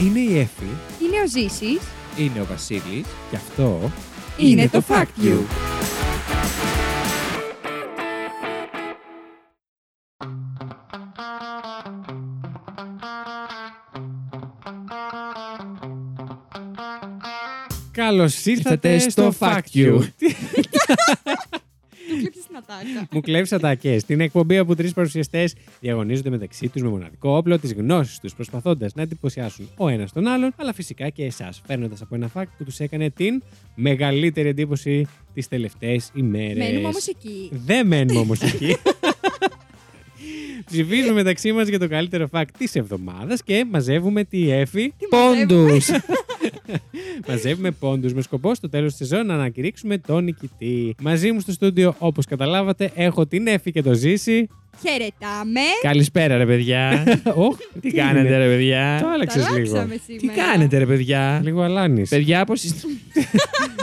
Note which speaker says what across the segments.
Speaker 1: Είναι η Εφη,
Speaker 2: Είναι ο Ζήσης.
Speaker 1: είναι ο Βασίλης και αυτό
Speaker 2: Είναι το Fact You.
Speaker 1: Καλώς ήρθατε στο Fact You.
Speaker 2: Του κλείψεις την ατάκα.
Speaker 1: Μου κλέβεις ατακέ. Την εκπομπή όπου τρεις παρουσιαστές διαγωνίζονται μεταξύ τους με μοναδικό όπλο της γνώσης τους, προσπαθώντας να εντυπωσιάσουν ο ένας τον άλλον, αλλά φυσικά και εσάς, φέρνοντας από ένα fact που τους έκανε την μεγαλύτερη εντύπωση τις τελευταίες ημέρες.
Speaker 2: Μένουμε όμως εκεί.
Speaker 1: Δεν μένουμε όμως εκεί. Ψηφίζουμε μεταξύ μας για το καλύτερο fact της εβδομάδας και μαζεύουμε τη Εφη πόντους. μαζεύουμε πόντους με σκοπό στο τέλος της σεζόν να ανακηρύξουμε τον νικητή. Μαζί μου στο στούντιο, όπως καταλάβατε, έχω την Εφη και το Ζήση.
Speaker 2: Χαιρετάμε.
Speaker 3: Καλησπέρα ρε παιδιά.
Speaker 1: Οχ,
Speaker 3: Τι κάνετε ρε παιδιά.
Speaker 1: Το άλλαξε
Speaker 2: Τα
Speaker 1: λίγο.
Speaker 2: αλλάξαμε σήμερα.
Speaker 3: Τι κάνετε ρε παιδιά.
Speaker 1: Λίγο αλάνης.
Speaker 3: Παιδιά, πώς είστε.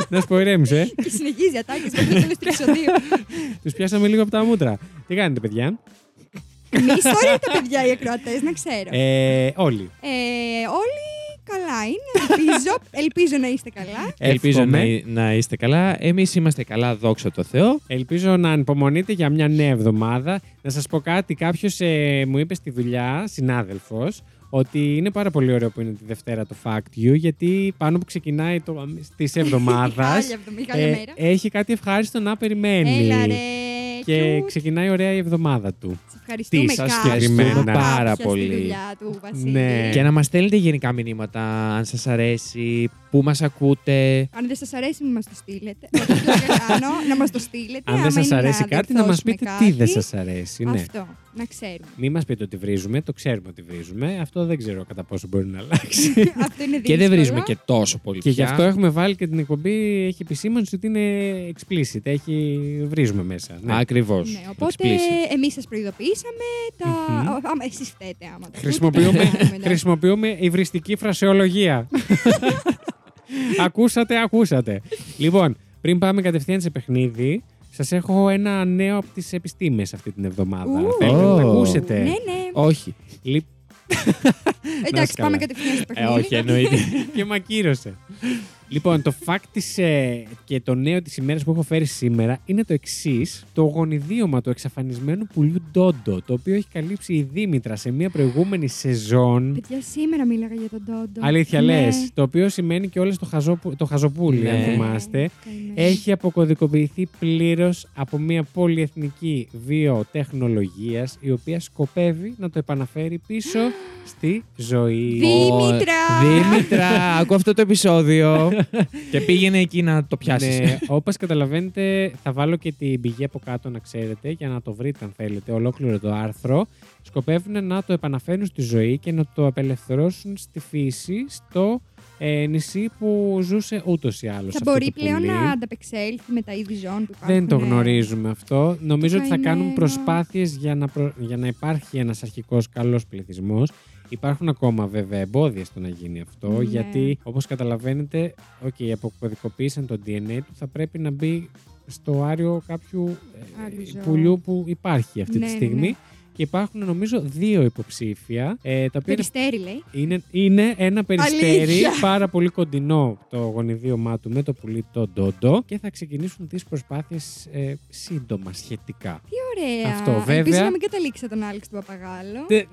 Speaker 1: Να σου πω ηρέμησε.
Speaker 2: Και συνεχίζει ατάκες μέχρι το τέλος του επεισοδίου.
Speaker 1: Τους πιάσαμε λίγο από τα μούτρα. Τι κάνετε, παιδιά.
Speaker 2: Μη ιστορείτε, παιδιά, οι ακροατές, να ξέρω.
Speaker 1: Ε, όλοι.
Speaker 2: Ε, όλοι καλά είναι, ελπίζω. Ελπίζω να είστε καλά.
Speaker 3: Ελπίζω
Speaker 1: Εύχομαι.
Speaker 3: να, να είστε καλά. Εμείς είμαστε καλά, δόξα τω Θεώ.
Speaker 1: Ελπίζω να ανυπομονείτε για μια νέα εβδομάδα. Να σας πω κάτι. Κάποιος μου είπε στη δουλειά, συνάδελφος, ότι είναι πάρα πολύ ωραίο που είναι τη Δευτέρα το Fact You, γιατί πάνω που ξεκινάει το τη εβδομάδα.
Speaker 2: Άλλη εβδομή,
Speaker 1: Ε,
Speaker 2: καλή μέρα.
Speaker 1: έχει κάτι ευχάριστο να περιμένει.
Speaker 2: Έλα ρε.
Speaker 1: και
Speaker 2: cute.
Speaker 1: ξεκινάει ωραία η εβδομάδα του.
Speaker 2: Σε ευχαριστούμε
Speaker 3: Τι σας
Speaker 2: κάποια
Speaker 1: ευχαριστούμε
Speaker 2: κάποια
Speaker 3: πάρα
Speaker 2: στη
Speaker 3: πολύ.
Speaker 2: δουλειά του Βασίλη.
Speaker 1: Ναι.
Speaker 3: Και να μας στέλνετε γενικά μηνύματα, αν σας αρέσει, πού μας ακούτε.
Speaker 2: Αν δεν σας αρέσει, μην μας το στείλετε. Όχι, πλάκα κάνω, να μας το στείλετε.
Speaker 1: Αν
Speaker 2: άμα
Speaker 1: δεν
Speaker 2: είναι
Speaker 1: σα αρέσει κάτι, να μας
Speaker 2: διορθώσουμε
Speaker 1: πείτε τι δεν
Speaker 2: κάτι.
Speaker 1: σας αρέσει. Ναι.
Speaker 2: Αυτό, να ξέρουμε.
Speaker 1: Μην μας πείτε ότι βρίζουμε, το ξέρουμε ότι βρίζουμε. Αυτό δεν ξέρω κατά πόσο μπορεί να αλλάξει.
Speaker 2: Αυτό είναι δύσκολο.
Speaker 3: Και δεν βρίζουμε και τόσο πολύ.
Speaker 1: Και γι'
Speaker 3: πια.
Speaker 1: αυτό έχουμε βάλει και την εκπομπή, έχει επισήμανση ότι είναι explicit, έχει βρίζουμε μέσα. Ναι.
Speaker 3: Ακριβώς.
Speaker 2: Ναι, οπότε εμείς σας προειδοποιήσαμε. Τα...
Speaker 1: Μμμ.
Speaker 2: άμα- Εσείς φταίτε άμα το
Speaker 1: Χρησιμοποιούμε,
Speaker 2: ακούτε, κάνουμε, εντάξει.
Speaker 1: χρησιμοποιούμε υβριστική φρασεολογία. ακούσατε, ακούσατε. λοιπόν, πριν πάμε κατευθείαν σε παιχνίδι, σας έχω ένα νέο από τις επιστήμες αυτή την εβδομάδα.
Speaker 2: Ου.
Speaker 1: Θέλετε να το
Speaker 3: Ω.
Speaker 1: ακούσετε.
Speaker 2: Ναι, ναι.
Speaker 3: Όχι.
Speaker 1: Λι-
Speaker 2: Εντάξει,
Speaker 1: καλά.
Speaker 2: πάμε κατευθείαν στο
Speaker 3: Ε,
Speaker 2: παιχνίδι.
Speaker 3: όχι, εννοείται.
Speaker 1: και μακύρωσε. λοιπόν, το fact της, ε, και το νέο της ημέρας που έχω φέρει σήμερα είναι το εξής. Το γονιδίωμα του εξαφανισμένου πουλιού Ντόντο, το οποίο έχει καλύψει η Δήμητρα σε μια προηγούμενη σεζόν.
Speaker 2: Παιδιά, σήμερα μίλαγα για τον Τόντο.
Speaker 1: Αλήθεια
Speaker 2: Ναι.
Speaker 1: λες. Το οποίο σημαίνει και όλες το, χαζόπου, το χαζοπούλι,
Speaker 3: Ναι.
Speaker 1: αν
Speaker 2: Ναι,
Speaker 1: θυμάστε.
Speaker 2: καημένη.
Speaker 1: Έχει αποκωδικοποιηθεί πλήρως από μια πολυεθνική βιοτεχνολογίας η οποία σκοπεύει να το επαναφέρει πίσω στη ζωή.
Speaker 2: Δήμητρα!
Speaker 3: Ω, Δήμητρα, ακούω αυτό το επεισόδιο. και πήγαινε εκεί να το πιάσεις.
Speaker 1: Ναι, όπως καταλαβαίνετε, θα βάλω και την πηγή από κάτω να ξέρετε για να το βρείτε αν θέλετε. Ολόκληρο το άρθρο. Σκοπεύουν να το επαναφέρουν στη ζωή και να το απελευθερώσουν στη φύση στο ε, νησί που ζούσε ούτως ή άλλως.
Speaker 2: Θα μπορεί πλέον να ανταπεξέλθει με τα είδη ζώων που υπάρχουν. ναι.
Speaker 1: Δεν το γνωρίζουμε αυτό. Νομίζω ότι θα κάνουν
Speaker 2: καημένο.
Speaker 1: προσπάθειες για να, προ- για να υπάρχει ένας αρχικός καλός πληθυσμός. Υπάρχουν ακόμα βέβαια εμπόδια στο να γίνει αυτό,
Speaker 2: Ναι.
Speaker 1: γιατί όπως καταλαβαίνετε, okay, αποκωδικοποίησαν το DNA του, θα πρέπει να μπει στο άριο κάποιου ε,
Speaker 2: Άλλου ζώου.
Speaker 1: πουλιού που υπάρχει αυτή
Speaker 2: Ναι,
Speaker 1: τη
Speaker 2: ναι,
Speaker 1: στιγμή.
Speaker 2: ναι.
Speaker 1: Και υπάρχουν νομίζω δύο υποψήφια, ε, τα οποία είναι
Speaker 2: Περιστέρι, λέει.
Speaker 1: είναι, είναι ένα περιστέρι
Speaker 2: Αλήθεια.
Speaker 1: πάρα πολύ κοντινό το γονιδίωμά του με το πουλί τον Ντόντο και θα ξεκινήσουν τις προσπάθειες ε, σύντομα σχετικά.
Speaker 2: Τι ωραία.
Speaker 1: Αυτό,
Speaker 2: Ελπίζω
Speaker 1: βέβαια.
Speaker 2: να μην καταλήξει τον Άλεξ τον Παπαγάλο
Speaker 1: Τε-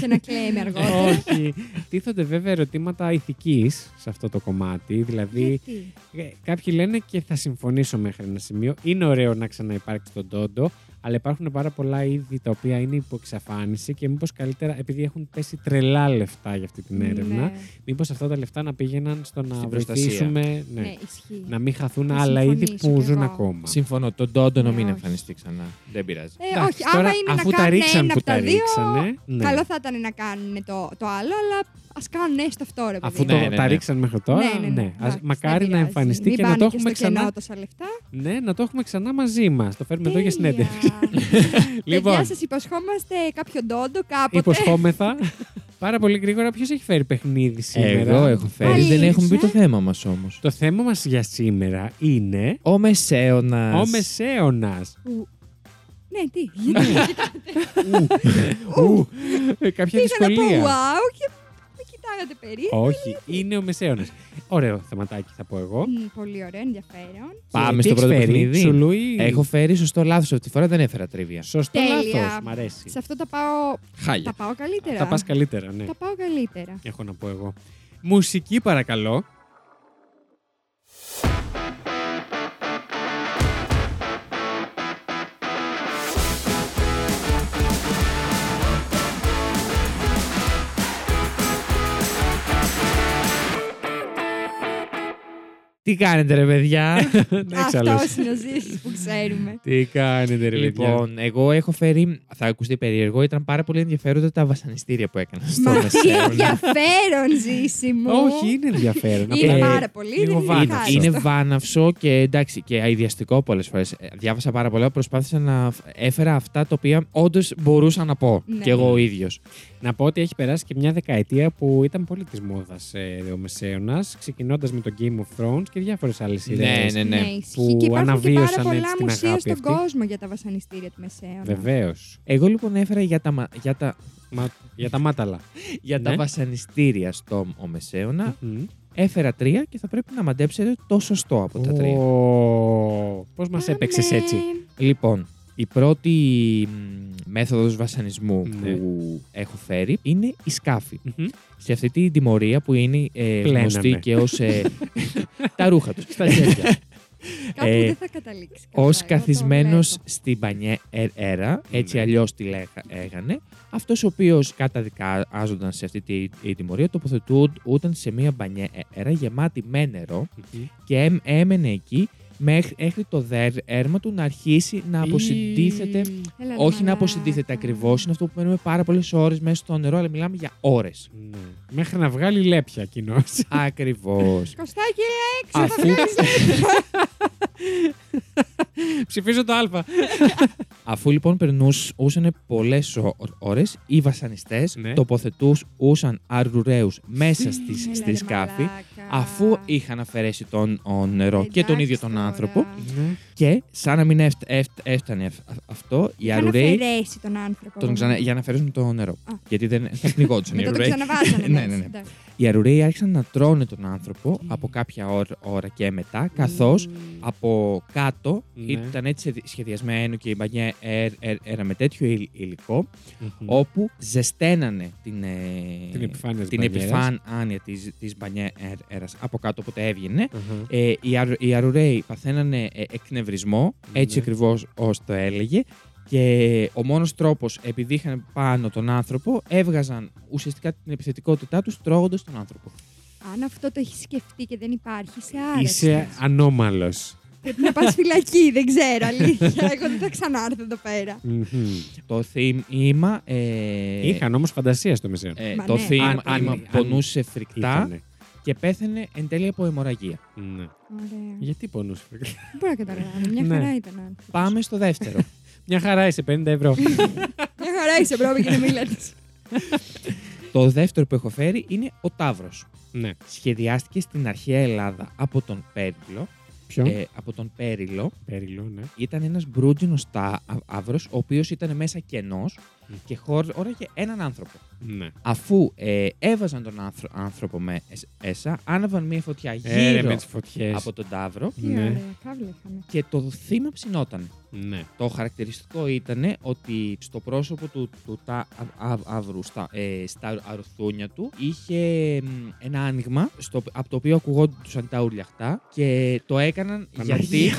Speaker 2: και να κλαίμε αργότερα.
Speaker 1: Όχι. Τίθονται βέβαια ερωτήματα ηθικής σε αυτό το κομμάτι. Δηλαδή,
Speaker 2: Γιατί?
Speaker 1: ε, κάποιοι λένε και θα συμφωνήσω μέχρι ένα σημείο. Είναι ωραίο να ξαναυπάρξει τον Ντόντο, αλλά υπάρχουν πάρα πολλά είδη τα οποία είναι υπό εξαφάνιση και μήπως καλύτερα, επειδή έχουν πέσει τρελά λεφτά για αυτή την έρευνα,
Speaker 2: Ναι.
Speaker 1: Μήπως αυτά τα λεφτά να πήγαιναν στο να
Speaker 3: Στην προστασία.
Speaker 1: βοηθήσουμε. Ναι,
Speaker 2: Ναι, ισχύει.
Speaker 1: Να μην χαθούν
Speaker 2: Θα
Speaker 1: άλλα είδη
Speaker 2: συμφωνήσω
Speaker 1: που
Speaker 2: κι
Speaker 1: ζουν
Speaker 2: εγώ.
Speaker 1: ακόμα.
Speaker 3: Συμφωνώ. Τον Τόντο να
Speaker 2: Ναι,
Speaker 3: μην
Speaker 2: όχι.
Speaker 3: εμφανιστεί ξανά. Δεν πειράζει.
Speaker 2: Ε,
Speaker 1: Εντάξει,
Speaker 2: όχι, άμα είναι να
Speaker 1: αφού τα
Speaker 2: κάνουν
Speaker 1: ρίξαν
Speaker 2: ένα
Speaker 1: που
Speaker 2: από
Speaker 1: τα
Speaker 2: τα δύο,
Speaker 1: ρίξανε. ναι.
Speaker 2: καλό θα ήταν να κάνουν το, το άλλο, αλλά ας κάνουν έστω αυτό, ρε παιδί.
Speaker 1: Αφού
Speaker 2: μου.
Speaker 1: το,
Speaker 3: Ναι, ναι,
Speaker 1: τα
Speaker 3: ναι.
Speaker 1: ρίξαν μέχρι τώρα,
Speaker 2: Ναι, ναι, ναι.
Speaker 1: Ας-
Speaker 2: Εντάξει,
Speaker 1: μακάρι
Speaker 2: δεν
Speaker 1: να
Speaker 2: πειράζει.
Speaker 1: εμφανιστεί
Speaker 2: Μην
Speaker 1: και να
Speaker 2: πάνε
Speaker 1: το έχουμε
Speaker 2: στο κενό
Speaker 1: ξανά.
Speaker 2: τόσα λεφτά.
Speaker 1: Ναι, να το έχουμε ξανά μαζί μας. Το φέρουμε εδώ για συνέντευξη.
Speaker 2: λοιπόν.
Speaker 1: Λοιπόν.
Speaker 2: Παιδιά, σας υποσχόμαστε κάποιον τόντο κάποτε.
Speaker 1: Υποσχόμεθα. Πάρα πολύ γρήγορα, ποιος έχει φέρει παιχνίδι σήμερα.
Speaker 3: Εγώ έχω φέρει.
Speaker 2: Αλήθεια.
Speaker 3: Δεν έχουμε πει το θέμα μας όμως.
Speaker 1: Το θέμα μας για σήμερα είναι
Speaker 3: Ο Μεσαίωνας.
Speaker 1: ο μεσαίωνας.
Speaker 2: Ου. Ναι, τι. Γιατί
Speaker 1: Κάποια
Speaker 2: πήγα να πω
Speaker 1: Ε, δυσκολία.
Speaker 2: wow και με κοιτάγατε κάνατε περίπου.
Speaker 1: Όχι, είναι ο μεσαίωνα. Ωραίο θεματάκι θα πω εγώ.
Speaker 2: Μμ, πολύ ωραίο, ενδιαφέρον.
Speaker 3: Πάμε
Speaker 1: Τι
Speaker 3: στο
Speaker 1: έχεις
Speaker 3: πρώτο
Speaker 1: φέρεις,
Speaker 3: παιχνίδι.
Speaker 1: Τσουλούι.
Speaker 3: Έχω φέρει σωστό λάθος. Αυτή τη φορά δεν έφερα τρίβια.
Speaker 1: Σωστό
Speaker 2: Τέλεια.
Speaker 1: λάθος. Μ' αρέσει.
Speaker 2: Σε αυτό τα πάω, τα
Speaker 3: Χάλια.
Speaker 2: πάω καλύτερα.
Speaker 1: Θα πας καλύτερα, ναι.
Speaker 2: Τα πάω καλύτερα.
Speaker 1: Έχω να πω εγώ. Μουσική παρακαλώ.
Speaker 3: Τι κάνετε, ρε παιδιά.
Speaker 1: Ναι, ξαλώς.
Speaker 2: Αυτό είναι ο Ζήσης που ξέρουμε.
Speaker 1: Τι κάνετε, ρε παιδιά.
Speaker 3: λοιπόν, εγώ έχω φέρει. Θα ακουστεί περίεργο. Ήταν πάρα πολύ ενδιαφέροντα τα βασανιστήρια που έκανα στο
Speaker 2: Μα τι
Speaker 3: μεσαίωνα.
Speaker 2: ενδιαφέρον, Ζήση μου.
Speaker 1: Όχι, είναι ενδιαφέρον.
Speaker 2: Λοιπόν.
Speaker 1: Ε,
Speaker 2: Είναι
Speaker 1: Απλά-
Speaker 2: πάρα πολύ.
Speaker 1: λίγο
Speaker 2: δεν
Speaker 1: βάναυσο.
Speaker 2: χάρη.
Speaker 3: Ε, Είναι βάναυσο και εντάξει και αειδιαστικό πολλές φορές. Διάβασα πάρα πολλά. Προσπάθησα να φ- έφερα αυτά τα οποία όντως μπορούσα να πω
Speaker 2: Ναι.
Speaker 3: κι εγώ ο ίδιος.
Speaker 1: Να πω ότι έχει περάσει και μια δεκαετία που ήταν πολύ της μόδας ο μεσαίωνας, ξεκινώντας με το Game of Thrones και διάφορες άλλες σειρέ.
Speaker 3: ναι, ναι.
Speaker 2: ισχύει.
Speaker 1: που
Speaker 2: Και υπάρχουν και πάρα
Speaker 1: αναβίωσαν
Speaker 2: πολλά
Speaker 1: έτσι την
Speaker 2: μουσεία
Speaker 1: αγάπη
Speaker 2: στον
Speaker 1: αυτή.
Speaker 2: κόσμο για τα βασανιστήρια του Μεσαίωνα.
Speaker 3: ναι.
Speaker 1: Βεβαίως.
Speaker 3: Εγώ λοιπόν έφερα για τα, μα- για τα,
Speaker 1: Για τα μάταλα.
Speaker 3: για τα
Speaker 1: Ναι.
Speaker 3: βασανιστήρια στο ο Μεσαίωνα.
Speaker 1: Μμμ.
Speaker 3: Έφερα τρία και θα πρέπει να μαντέψετε το σωστό από τα τρία.
Speaker 1: Πώς μας
Speaker 2: Πάμε.
Speaker 1: έπαιξε έτσι.
Speaker 3: Λοιπόν, η πρώτη μ, μέθοδος βασανισμού
Speaker 1: Ναι.
Speaker 3: που έχω φέρει είναι η σκάφη.
Speaker 1: Μμμ.
Speaker 3: Σε αυτή την τιμωρία που είναι ε,
Speaker 1: Πλένανε.
Speaker 3: γνωστή και ως... ε, τα ρούχα τους, τα χέρια.
Speaker 2: Κάπου
Speaker 3: Ε,
Speaker 2: δεν θα καταλήξει. καλά,
Speaker 3: ως
Speaker 2: Ναι, εγώ το
Speaker 3: καθισμένος
Speaker 2: βλέπω.
Speaker 3: στην πανιέρα, έτσι
Speaker 1: Ναι.
Speaker 3: αλλιώς τη λέγα- έγανε, αυτός ο οποίος καταδικάζονταν σε αυτή τη, τη τιμωρία τοποθετούνταν σε μια πανιέρα γεμάτη με νερό
Speaker 1: Μμμ.
Speaker 3: και έμ- έμενε εκεί μέχρι, μέχρι το δέρμα του να αρχίσει να αποσυντήθεται
Speaker 2: Έλα,
Speaker 3: όχι να
Speaker 2: μαλάκα.
Speaker 3: αποσυντήθεται ακριβώς, είναι αυτό που μένουμε πάρα πολλές ώρες μέσα στο νερό, αλλά μιλάμε για ώρες.
Speaker 1: Ναι. Μέχρι να βγάλει λέπια κοινώ.
Speaker 3: ακριβώ.
Speaker 2: Κωστάκι, έξω θα
Speaker 1: Αφού. Ψηφίζω το Α.
Speaker 3: Αφού λοιπόν περνούσαν πολλέ ώρες, οι βασανιστές
Speaker 1: Ναι.
Speaker 3: τοποθετούσαν αρουραίους μέσα στη,
Speaker 2: Έλα,
Speaker 3: στη
Speaker 2: ρε
Speaker 3: σκάφη,
Speaker 2: μαλάκα. Ε,
Speaker 3: αφού είχαν αφαιρέσει τον ο νερό και τον
Speaker 2: Εντάξει
Speaker 3: ίδιο τον
Speaker 2: τώρα.
Speaker 3: άνθρωπο.
Speaker 1: Ναι.
Speaker 3: Και σαν να μην έφτα- έφτα- έφτανε αυ- αυτό, οι
Speaker 2: Είχαν
Speaker 3: αρουραίοι.
Speaker 2: αφαιρέσει τον άνθρωπο.
Speaker 3: Τον ξανα, για να αφαιρέσουν το νερό.
Speaker 2: Α.
Speaker 3: Γιατί δεν θα πνιγόντουσαν οι
Speaker 2: Μετά τον
Speaker 3: αρουραίοι.
Speaker 2: ξαναβάζανε.
Speaker 3: Ναι,
Speaker 2: μέσα,
Speaker 3: ναι, ναι.
Speaker 2: εντάξει.
Speaker 3: Οι αρουραίοι άρχισαν να τρώνε τον άνθρωπο από κάποια ώρα, ώρα και μετά, καθώς από κάτω
Speaker 1: Ναι.
Speaker 3: ήταν έτσι σχεδιασμένο και η μπανιά έ- έ- έρα με τέτοιο υλ- υλικό,
Speaker 1: Μμμ.
Speaker 3: όπου ζεσταίνανε την, ε,
Speaker 1: Την επιφάνεια της
Speaker 3: την
Speaker 1: μπανιέρας.
Speaker 3: επιφάνεια της, της μπανιά έ- έρας από κάτω, οπότε έβγαινε.
Speaker 1: Αχα.
Speaker 3: Ε, οι, αρου, οι αρουραίοι παθαίνανε ε, εκνευρισμό, έτσι
Speaker 1: Ναι.
Speaker 3: ακριβώς ως το έλεγε, και ο μόνος τρόπος, επειδή είχαν πάνω τον άνθρωπο, έβγαζαν ουσιαστικά την επιθετικότητά τους τρώγοντας τον άνθρωπο.
Speaker 2: Αν αυτό το έχεις σκεφτεί και δεν υπάρχει, σε άρεσε.
Speaker 1: Είσαι ανώμαλος.
Speaker 2: Πρέπει να πας φυλακή, δεν ξέρω. Αλήθεια. Εγώ δεν θα ξανάρθω εδώ πέρα.
Speaker 3: Το θύμα. Ε,
Speaker 1: Είχαν όμως φαντασία στο μεσαίο.
Speaker 3: ε,
Speaker 2: Μα
Speaker 3: το
Speaker 2: ναι.
Speaker 3: θύμα
Speaker 1: Αν- αν-
Speaker 3: αν, πονούσε φρικτά
Speaker 1: Ήτανε.
Speaker 3: και πέθανε εν τέλει από αιμορραγία.
Speaker 1: Ναι.
Speaker 2: Ωραία.
Speaker 1: Γιατί πονούσε.
Speaker 2: Δεν μπορώ να καταλάβω. Μια
Speaker 1: Ναι.
Speaker 2: χαρά ήταν. άνθρωπος.
Speaker 3: Πάμε στο δεύτερο.
Speaker 1: Μια χαρά είσαι, 50 ευρώ.
Speaker 2: Μια χαρά είσαι, μπράβο κύριε Μίλατ.
Speaker 3: το δεύτερο που έχω φέρει είναι ο Ταύρος.
Speaker 1: ναι.
Speaker 3: Σχεδιάστηκε στην αρχαία Ελλάδα από τον Πέριλο.
Speaker 1: Ποιο?
Speaker 3: Ε, από τον Πέριλο
Speaker 1: Περιλό, ναι.
Speaker 3: ήταν ένας μπρούτζινος ταύρος, ο οποίος ήταν μέσα κενός
Speaker 1: Μμ.
Speaker 3: και χώραγε έναν άνθρωπο.
Speaker 1: ναι.
Speaker 3: Αφού ε, έβαζαν τον άνθρω- άνθρωπο μέσα, άναβαν μια φωτιά
Speaker 1: Ε, ρε, με
Speaker 3: γύρω
Speaker 1: τις φωτιές.
Speaker 3: από τον Ταύρο
Speaker 2: Τι
Speaker 1: Ναι.
Speaker 2: ωραία, καύλα είχαμε.
Speaker 3: και το θύμα ψινόταν.
Speaker 1: Ναι.
Speaker 3: Το χαρακτηριστικό ήταν ότι στο πρόσωπο του, του τα, α- α- αύρου, στα, ε, στα αρθούνια του είχε μ, ένα άνοιγμα στο, από το οποίο ακουγόντουσαν τα ουρλιαχτά και το έκαναν
Speaker 1: Παναγία
Speaker 3: γιατί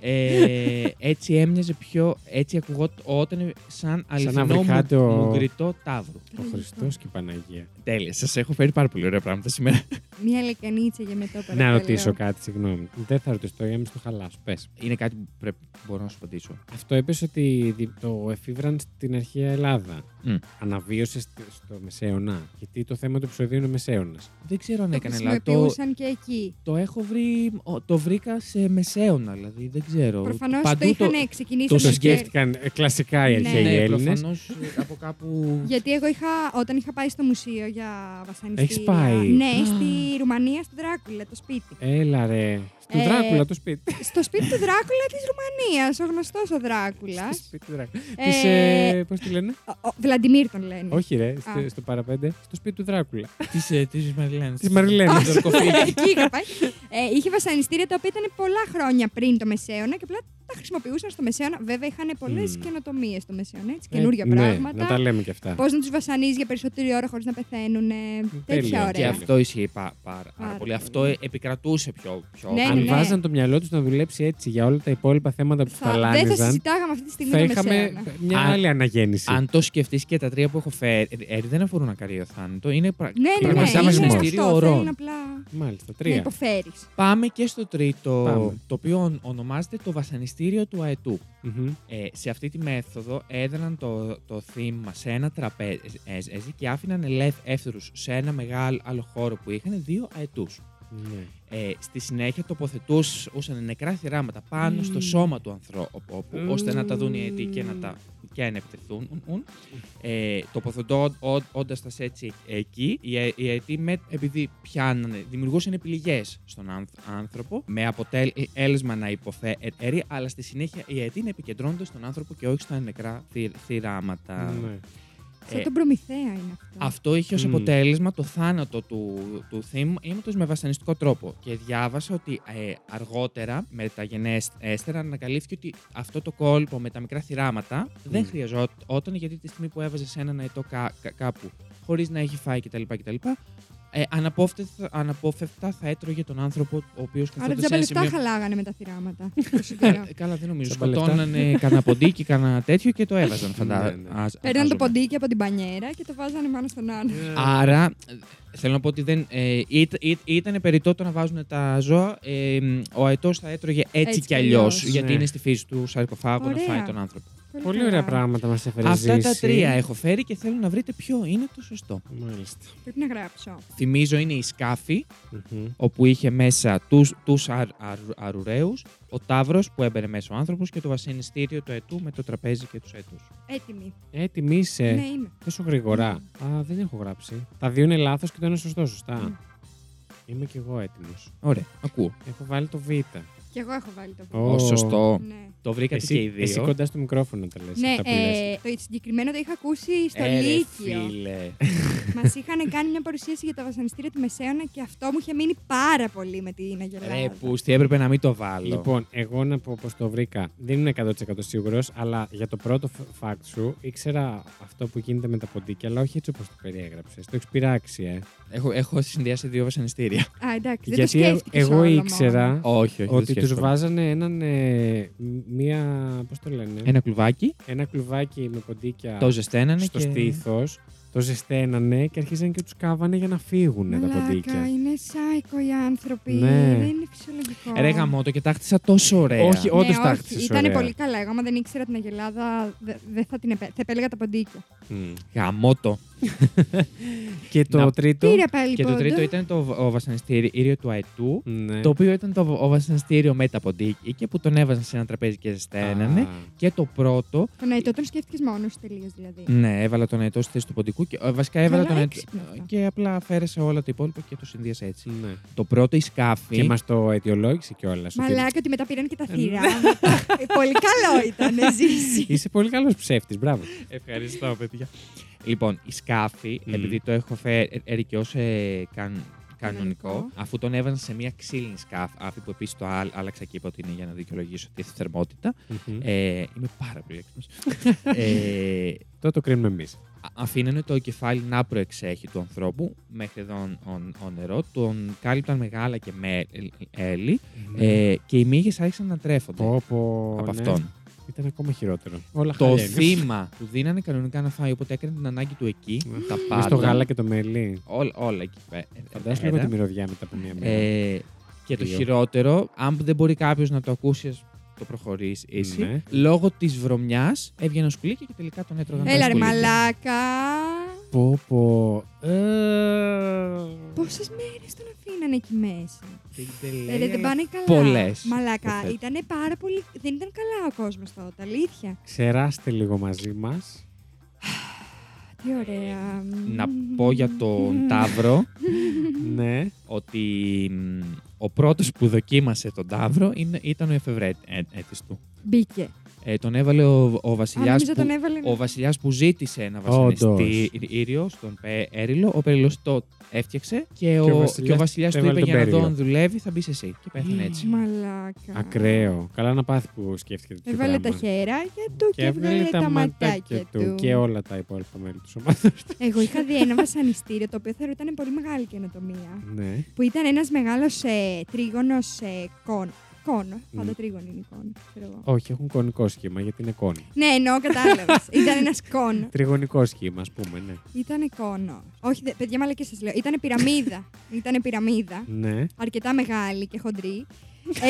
Speaker 3: ε, έτσι έμοιαζε πιο, έτσι ακουγόταν σαν αληθινό μου,
Speaker 1: βρυχάτιο-
Speaker 3: μουγκριτό ταύρου.
Speaker 1: Ο Χριστός και η Παναγία.
Speaker 3: Τέλεια, σας έχω φέρει πάρα πολύ ωραία πράγματα σήμερα.
Speaker 2: Μια λεκανίτσα για μετά παρακαλώ.
Speaker 1: Να ρωτήσω κάτι, συγγνώμη. Δεν θα ρωτήσω το είμαι στο χαλάσου. Πες.
Speaker 3: Είναι κάτι που πρέπει, μπορώ να σου απαντήσω.
Speaker 1: Αυτό είπες ότι δι- το εφήβραν στην αρχαία Ελλάδα.
Speaker 3: Μμ.
Speaker 1: Αναβίωσε στη- στο μεσαίωνα. Γιατί το θέμα του επεισοδίου είναι μεσαίωνας.
Speaker 3: Δεν ξέρω αν
Speaker 2: Το
Speaker 3: έκανε λάθος. Το,
Speaker 2: χρησιμοποιούσαν και εκεί.
Speaker 3: το έχω βρει, ο- το βρήκα σε μεσαίωνα, δηλαδή δεν ξέρω.
Speaker 2: Προφανώς το είχαν ξεκινήσει.
Speaker 3: το
Speaker 1: Το
Speaker 2: με-
Speaker 1: σκέφτηκαν ε, κλασικά οι
Speaker 2: Ναι.
Speaker 1: αρχαίοι
Speaker 3: Ναι,
Speaker 1: Έλληνες.
Speaker 3: προφανώς ε, από κάπου.
Speaker 2: Γιατί εγώ είχα, όταν είχα πάει στο μουσείο για βασανιστήρια.
Speaker 1: Έχεις πάει.
Speaker 2: Ναι, στη Ρουμανία, στην Τράκουλα, το σπίτι.
Speaker 1: Έλα ρε. Του
Speaker 2: Ε,
Speaker 1: Δράκουλα, το σπίτι.
Speaker 2: Στο σπίτι του Δράκουλα της Ρουμανίας. Ο γνωστός ο Δράκουλας.
Speaker 1: Στο σπίτι του Δράκουλα.
Speaker 2: Ε,
Speaker 1: Της, ε, Πώς τη λένε.
Speaker 2: Βλαντιμίρ τον λένε.
Speaker 1: Όχι, ρε, στο, στο παραπέντε. Στο σπίτι του Δράκουλα.
Speaker 3: Της Μαριλένας.
Speaker 1: Της Μαριλένας.
Speaker 3: Του Ζορκοφίλη.
Speaker 2: Εκεί είχα πάει. Ε, είχε βασανιστήρια τα οποία ήταν πολλά χρόνια πριν το Μεσαίωνα και απλά τα χρησιμοποιούσαν στο Μεσαίωνα. Βέβαια, είχαν πολλές
Speaker 1: Μμμ.
Speaker 2: καινοτομίες στο Μεσαίωνα. Έτσι,
Speaker 1: Ε,
Speaker 2: καινούργια
Speaker 1: ναι,
Speaker 2: πράγματα.
Speaker 1: Να τα λέμε και αυτά.
Speaker 2: Πώς να τους βασανίζεις για περισσότερη ώρα χωρίς να πεθαίνουν. Τέτοια
Speaker 3: Και
Speaker 1: Ωραία.
Speaker 2: ωραία.
Speaker 3: αυτό ισχύει πά- πάρα, πάρα
Speaker 2: Πάρα
Speaker 3: πολύ.
Speaker 2: πολύ.
Speaker 3: Αυτό ε, επικρατούσε πιο. πιο
Speaker 2: Ναι,
Speaker 3: πολύ.
Speaker 1: Αν
Speaker 2: ναι.
Speaker 1: βάζαν το μυαλό τους να δουλέψει έτσι για όλα τα υπόλοιπα θέματα που του
Speaker 2: Θα, δεν θα
Speaker 1: ταλάνιζαν,
Speaker 2: συζητάγαμε αυτή τη στιγμή
Speaker 1: θα
Speaker 2: το
Speaker 1: είχαμε
Speaker 2: Μεσαίωνα.
Speaker 1: μια
Speaker 3: Αν-
Speaker 1: άλλη αναγέννηση.
Speaker 3: Αν το σκεφτείς και τα τρία που έχω φέρει, ε, δεν αφορούν ακαρίο θάνατο. Είναι πρα...
Speaker 2: Ναι, ναι, ναι.
Speaker 1: πραγματικά
Speaker 2: Είναι
Speaker 1: βασανιστήριο
Speaker 2: γνωστό.
Speaker 3: ορών.
Speaker 2: Θέλουν απλά
Speaker 1: Μάλιστα,
Speaker 2: να
Speaker 1: τρία.
Speaker 2: υποφέρεις.
Speaker 3: Πάμε και στο τρίτο,
Speaker 1: Πάμε.
Speaker 3: το οποίο ον- ονομάζεται το βασανιστήριο του αετού.
Speaker 1: Μμμ.
Speaker 3: Ε, σε αυτή τη μέθοδο έδραναν το, το θύμα σε ένα τραπέζι ε, και άφηναν ελεύθερους σε ένα μεγάλο άλλο χώρο που είχαν δύο αετούς.
Speaker 1: Ναι.
Speaker 3: Ε, στη συνέχεια τοποθετούσαν νεκρά θυράματα πάνω
Speaker 1: Μμμ.
Speaker 3: στο σώμα του ανθρώπου,
Speaker 1: Μμμ.
Speaker 3: ώστε να τα δουν οι αιτοί και να τα και να επιτεθούν. Ε, Τοποθετώντα τα έτσι εκεί, οι, αε- οι αιτοί, με, επειδή πιάνανε, δημιουργούσαν επιλογές στον άνθ- άνθρωπο, με αποτέλεσμα να υποφέρει, αλλά στη συνέχεια οι αιτοί να επικεντρώνονται στον άνθρωπο και όχι στα νεκρά θυ- θυράματα.
Speaker 1: Ναι.
Speaker 3: Ε,
Speaker 2: Σαν τον Προμηθέα είναι αυτό.
Speaker 3: αυτό είχε ως
Speaker 1: Μμμ.
Speaker 3: αποτέλεσμα το θάνατο του, του θύματος με βασανιστικό τρόπο. Και διάβασα ότι ε, αργότερα, μεταγενέστερα, ανακαλύφθηκε ότι αυτό το κόλπο με τα μικρά θυράματα δεν
Speaker 1: Μμ.
Speaker 3: χρειαζόταν γιατί τη στιγμή που έβαζε σε έναν αετό κά- κά- κάπου χωρίς να έχει φάει κτλ. κτλ ε, αναπόφευκτα, αναπόφευκτα θα έτρωγε τον άνθρωπο ο οποίος
Speaker 2: Άρα
Speaker 3: καθόταν
Speaker 2: τζάμπα
Speaker 3: σε ένα
Speaker 2: λεφτά
Speaker 3: σημείο.
Speaker 2: χαλάγανε με τα θυράματα.
Speaker 3: Ε, Καλά, δεν νομίζω.
Speaker 1: Τζάμπα λεφτά.
Speaker 3: Σκοτώνανε κανένα ποντίκι, κανένα τέτοιο και το έβαζαν.
Speaker 1: Ναι,
Speaker 3: Φαντάζομαι.
Speaker 1: ναι.
Speaker 2: Παίρναν το ποντίκι από την πανιέρα και το βάζανε πάνω στον άλλο.
Speaker 3: Άρα, ε, θέλω να πω ότι δεν, ε, ήταν περιττό το να βάζουν τα ζώα. Ε, μ, ο αετός θα έτρωγε έτσι,
Speaker 2: Έτσι
Speaker 3: κι
Speaker 2: κι
Speaker 3: αλλιώς.
Speaker 2: αλλιώς.
Speaker 3: Γιατί
Speaker 1: Ναι.
Speaker 3: είναι στη φύση του σαρκοφάγου να
Speaker 2: Ωραία.
Speaker 3: φάει τον άνθρωπο.
Speaker 1: Πολύ
Speaker 2: καλά.
Speaker 1: ωραία πράγματα μας έφερες
Speaker 3: Αυτά τα
Speaker 1: Ζήση.
Speaker 3: τρία έχω φέρει και θέλω να βρείτε ποιο είναι το σωστό.
Speaker 1: Μάλιστα.
Speaker 2: Πρέπει να γράψω.
Speaker 3: Θυμίζω είναι η σκάφη,
Speaker 1: Μμμ.
Speaker 3: όπου είχε μέσα τους, τους αρ, αρ- αρουραίους, ο τάβρος που έμπαινε μέσα ο άνθρωπος και το βασανιστήριο του αετού με το τραπέζι και τους αετούς.
Speaker 2: Έτοιμη.
Speaker 1: Έτοιμη είσαι.
Speaker 2: Ναι, είμαι.
Speaker 1: Ε, Τόσο γρήγορα. Α, δεν έχω γράψει. Τα δύο είναι λάθος και το ένα σωστό, σωστά.
Speaker 2: Μμ.
Speaker 1: Είμαι κι εγώ έτοιμος.
Speaker 3: Ωραία, ακούω.
Speaker 1: Έχω βάλει το Β.
Speaker 2: Κι εγώ έχω βάλει το
Speaker 1: Ω,
Speaker 2: βίντεο.
Speaker 3: Ω, σωστό.
Speaker 2: Ναι,
Speaker 3: Το βρήκατε
Speaker 1: Εσύ,
Speaker 3: και οι δύο.
Speaker 1: εσύ κοντά στο μικρόφωνο τα λες.
Speaker 2: ναι
Speaker 1: αυτά που λες.
Speaker 2: ε, το συγκεκριμένο το είχα ακούσει στο
Speaker 3: Ε, ρε,
Speaker 2: Λύκειο.
Speaker 3: φίλε.
Speaker 2: Μας είχαν κάνει μια παρουσίαση για τα βασανιστήρια του Μεσαίωνα και αυτό μου είχε μείνει πάρα πολύ με την Αγελάδα.
Speaker 3: Ρε, πούστη, έπρεπε να μην το βάλω.
Speaker 1: Λοιπόν, εγώ να πω πως το βρήκα. Δεν είμαι 100% σίγουρος, αλλά για το πρώτο φ- fact σου ήξερα αυτό που γίνεται με τα ποντίκια, αλλά όχι έτσι όπως το περιέγραψες. Το έχεις πειράξει, ε.
Speaker 3: Έχω, έχω συνδυάσει δύο βασανιστήρια.
Speaker 2: Α, εντάξει, δεν
Speaker 1: Γιατί
Speaker 2: το
Speaker 1: εγ-
Speaker 2: σκέφτηκες
Speaker 1: εγώ
Speaker 2: όλο
Speaker 1: ήξερα
Speaker 3: όχι,
Speaker 1: ότι τους βάζανε έναν, ε, μ- μία, πώς το λένε,
Speaker 3: Ένα κλουβάκι,
Speaker 1: ένα κλουβάκι με ποντίκια
Speaker 3: το ζεσταίνανε
Speaker 1: στο
Speaker 3: και...
Speaker 1: στήθος, το ζεσταίνανε και αρχίζαν και τους κάβανε για να φύγουν τα
Speaker 2: Μαλάκα,
Speaker 1: ποντίκια.
Speaker 2: είναι σάικο οι άνθρωποι.
Speaker 1: Ναι.
Speaker 2: Δεν είναι φυσιολογικό.
Speaker 3: Ρε γαμότο και τα χτίσα τόσο ωραία.
Speaker 1: Όχι,
Speaker 2: Ναι,
Speaker 1: όντως
Speaker 2: όχι,
Speaker 1: τα χτίσες
Speaker 2: Ήταν
Speaker 1: ωραία.
Speaker 2: πολύ καλά. Εγώ, άμα δεν ήξερα την Αγελάδα, δε- δεν θα την επέ... θα επέλεγα τα ποντίκια.
Speaker 1: Μμ.
Speaker 3: Γαμότο.
Speaker 1: Και το
Speaker 3: Να-
Speaker 1: τρίτο...
Speaker 2: Πήρα πάλι
Speaker 3: και το
Speaker 2: πόντο.
Speaker 3: τρίτο ήταν το βα- ο βασανιστήριο του αετού,
Speaker 1: Ναι.
Speaker 3: το οποίο ήταν το βα- ο βασανιστήριο με τα ποντίκια που τον έβαζαν σε ένα τραπέζι και ζεσταίνανε.
Speaker 1: Α.
Speaker 3: Και το πρώτο,
Speaker 2: Τον αετό τον σκέφτηκες μόνος τελείως δηλαδή.
Speaker 3: ναι, έβαλα τον αετό στη θέση του ποντικού και ε, βασικά έβαλα
Speaker 2: Καλά,
Speaker 3: τον αετό.
Speaker 2: έξυπνα αυτά.
Speaker 3: Και απλά αφαίρεσα όλα τα υπόλοιπα και το συνδύασα έτσι.
Speaker 1: Ναι.
Speaker 3: Το πρώτο η σκάφη.
Speaker 1: Και μας το αιτιολόγησε κιόλας.
Speaker 2: Μαλάκα ότι μετά πήραν και τα
Speaker 1: Ε,
Speaker 2: θύραματα. Ε, πολύ καλό ήταν, ε, ζήσει.
Speaker 1: Είσαι πολύ καλός ψεύτης, μπράβο.
Speaker 3: Ευχαριστώ, παιδιά. Λοιπόν, η σκάφη,
Speaker 1: Μμμ.
Speaker 3: επειδή το έχω φέρει και ως ε, καν- κανονικό,
Speaker 2: Κανονικό.
Speaker 3: αφού τον έβαζαν σε μια ξύλινη σκάφη, αφή που επίσης το άλλ- άλλαξα και είπα ότι είναι για να δικαιολογήσω τη θερμότητα. Ε, είμαι πάρα πολύ έξυπνος. ε,
Speaker 1: Τότε το κρίνουμε εμείς.
Speaker 3: α- αφήνανε το κεφάλι να προεξέχει του ανθρώπου μέχρι εδώ ο- ο- ο νερό, τον κάλυπταν μεγάλα και με έλι ε, και οι μύγες άρχισαν να τρέφονται από αυτόν.
Speaker 1: ναι. Ήταν ακόμα χειρότερο. Όλα
Speaker 3: Το
Speaker 1: χάλια είναι.
Speaker 3: θύμα του δίνανε κανονικά να φάει, οπότε έκανε την ανάγκη του εκεί.
Speaker 1: Αχ,
Speaker 3: τα
Speaker 1: Μες το
Speaker 3: πάντα.
Speaker 1: γάλα και το μελί.
Speaker 3: Όλα, όλα εκεί πέ-
Speaker 1: Φαντάζομαι
Speaker 3: πέρα.
Speaker 1: λίγο τη μυρωδιά μετά από μία μέρα.
Speaker 3: Ε, και το
Speaker 1: Δύο.
Speaker 3: χειρότερο, αν δεν μπορεί κάποιος να το ακούσει, ας το προχωρήσει εσύ.
Speaker 1: Ναι.
Speaker 3: Λόγω της βρωμιάς έβγαινε ο σκουλίκι και τελικά τον έτρωγαν. τα
Speaker 2: Έλα ρε
Speaker 3: σκουλίκια.
Speaker 2: μαλάκα.
Speaker 1: πω, πω. Ε.
Speaker 2: Πόσες μέρες τον αφήνανε εκεί μέσα.
Speaker 3: Δεν-
Speaker 2: Ε,
Speaker 3: δεν
Speaker 2: ρε,
Speaker 3: λέει,
Speaker 2: δεν
Speaker 3: αλλά
Speaker 2: πάνε καλά.
Speaker 3: πολλές,
Speaker 2: Μαλάκα.
Speaker 3: υποθέτω.
Speaker 2: Ήταν πάρα πολύ. Δεν ήταν καλά ο κόσμος τότε, αλήθεια.
Speaker 1: Ξεράστε λίγο μαζί μας. Ε,
Speaker 2: Τι ωραία.
Speaker 3: Να πω για τον Ταύρο
Speaker 1: ναι.
Speaker 3: ότι μ, ο πρώτος που δοκίμασε τον Ταύρο είναι- ήταν ο εφευρέτη του.
Speaker 2: Μπήκε.
Speaker 3: Ε, τον έβαλε ο, ο
Speaker 2: Αν
Speaker 3: βασιλιά.
Speaker 2: νομίζω τον έβαλε.
Speaker 3: Ο βασιλιάς που ζήτησε ένα
Speaker 1: Όντως.
Speaker 3: βασανιστήριο στον Πέριλο, ο Πέριλος το έφτιαξε και
Speaker 1: ο
Speaker 3: ο,
Speaker 1: βασιλιάς
Speaker 3: και ο βασιλιάς
Speaker 1: το
Speaker 3: του είπε:
Speaker 1: έβαλε
Speaker 3: Για
Speaker 1: τον
Speaker 3: να δω
Speaker 1: Πέριλο».
Speaker 3: αν δουλεύει, θα μπεις εσύ. Και
Speaker 2: Ε,
Speaker 3: πέθανε έτσι.
Speaker 2: Μαλάκα.
Speaker 1: Ακραίο. Καλά να πάθει που σκέφτηκε τέτοιο
Speaker 2: Έβαλε τα
Speaker 1: πράγμα.
Speaker 2: χεράκια του και,
Speaker 1: Και έβγαλε τα ματάκια του και όλα τα υπόλοιπα μέλη του σώματος.
Speaker 2: Εγώ είχα δει ένα βασανιστήριο το οποίο θεωρώ ήταν πολύ μεγάλη καινοτομία.
Speaker 1: ναι.
Speaker 2: Που ήταν ένας μεγάλος ε, τρίγωνος ε, κόν. Κόνο. Πάντα
Speaker 1: Μμ.
Speaker 2: τρίγωνο είναι η κόν. ξέρω εγώ.
Speaker 1: Όχι, έχουν κονικό σχήμα γιατί είναι κόνη.
Speaker 2: Ναι, εννοώ, κατάλαβες. ήταν ένας
Speaker 1: Ναι.
Speaker 2: κόν.
Speaker 1: Τριγωνικό σχήμα, ας πούμε, ναι.
Speaker 2: Ήταν κόνο. Όχι, δε- παιδιά, μαλακή σας λέω. Ήταν πυραμίδα. ήταν πυραμίδα.
Speaker 1: Ναι.
Speaker 2: Αρκετά μεγάλη και χοντρή.